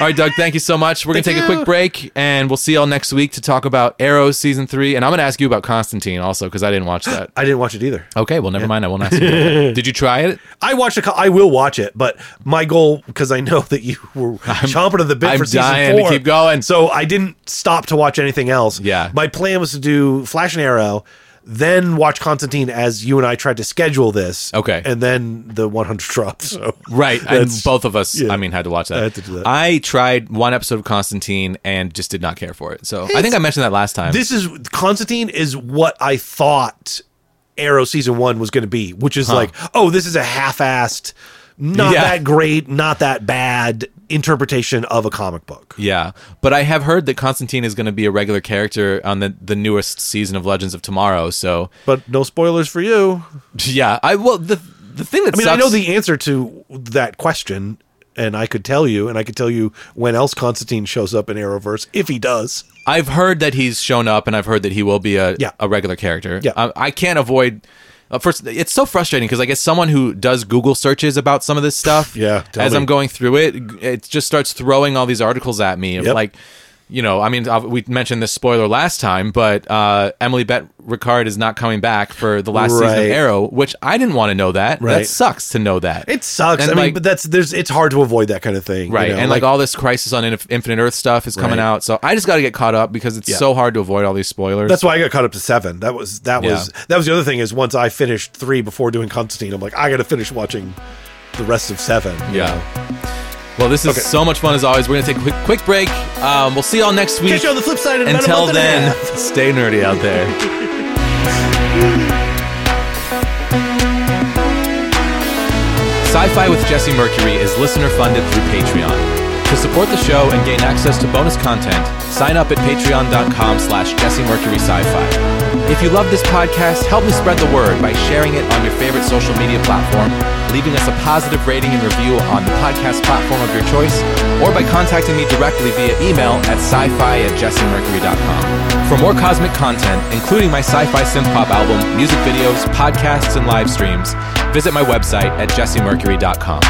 All right, Doug, thank you so much. We're going to Thank take a you. quick break, and we'll see y'all next week to talk about Arrow Season 3. And I'm going to ask you about Constantine also, because I didn't watch that. I didn't watch it either. Okay, well, never mind. I won't ask you. about that. Did you try it? I watched a. co- I will watch it, but my goal because I know that you were chomping at the bit I'm for season dying to four. keep going. So I didn't stop to watch anything else. Yeah. my plan was to do Flash and Arrow, then watch Constantine as you and I tried to schedule this. Okay. and then the 100 dropped. So Right. And That's- both of us, yeah. I mean, had to watch that. I had to do that. I tried one episode of Constantine and just did not care for it. So I think I mentioned that last time. this is Constantine is what I thought Arrow season one was going to be, which is like, oh, this is a half-assed, not Yeah. that great, not that bad interpretation of a comic book. yeah. But I have heard that Constantine is going to be a regular character on the, the newest season of Legends of Tomorrow. So, But no spoilers for you. yeah. I Well, the, the thing that I mean, sucks. I know the answer to that question, and I could tell you, and I could tell you when else Constantine shows up in Arrowverse, if he does. I've heard that he's shown up, and I've heard that he will be a Yeah. a regular character. Um, Yeah. I, I can't avoid. Uh, first, it's so frustrating because I guess someone who does Google searches about some of this stuff. Yeah, tell as me. I'm going through it, g- it just starts throwing all these articles at me. Of Yep. Like, you know, I mean, i we mentioned this spoiler last time, but uh, Emily Bet Ricard is not coming back for the last season Right. of Arrow, which I didn't want to know that. Right. That sucks to know that. It sucks. And, I mean, like- but that's there's it's hard to avoid that kind of thing, you Right, know, and like, all this Crisis on Inf- Infinite Earth stuff is coming Right. out, so I just got to get caught up because it's Yeah. so hard to avoid all these spoilers. That's why I got caught up to seven. That was that was that was the other thing is once I finished three before doing Constantine, I'm like I got to finish watching the rest of seven. Yeah. Well, this is Okay. so much fun as always. We're going to take a quick, quick break. Um, we'll see y'all next week. Catch you on the flip side. In about a Until month and a then, half. stay nerdy out there. Sci Fi with Jesse Mercury is listener funded through Patreon. To support the show and gain access to bonus content, sign up at patreon.com slash Jesse Mercury Sci Fi. If you love this podcast, help me spread the word by sharing it on your favorite social media platform, leaving us a positive rating and review on the podcast platform of your choice, or by contacting me directly via email at sci fi at jessemercury.com. For more cosmic content, including my sci fi synth pop album, music videos, podcasts, and live streams, visit my website at jessemercury.com.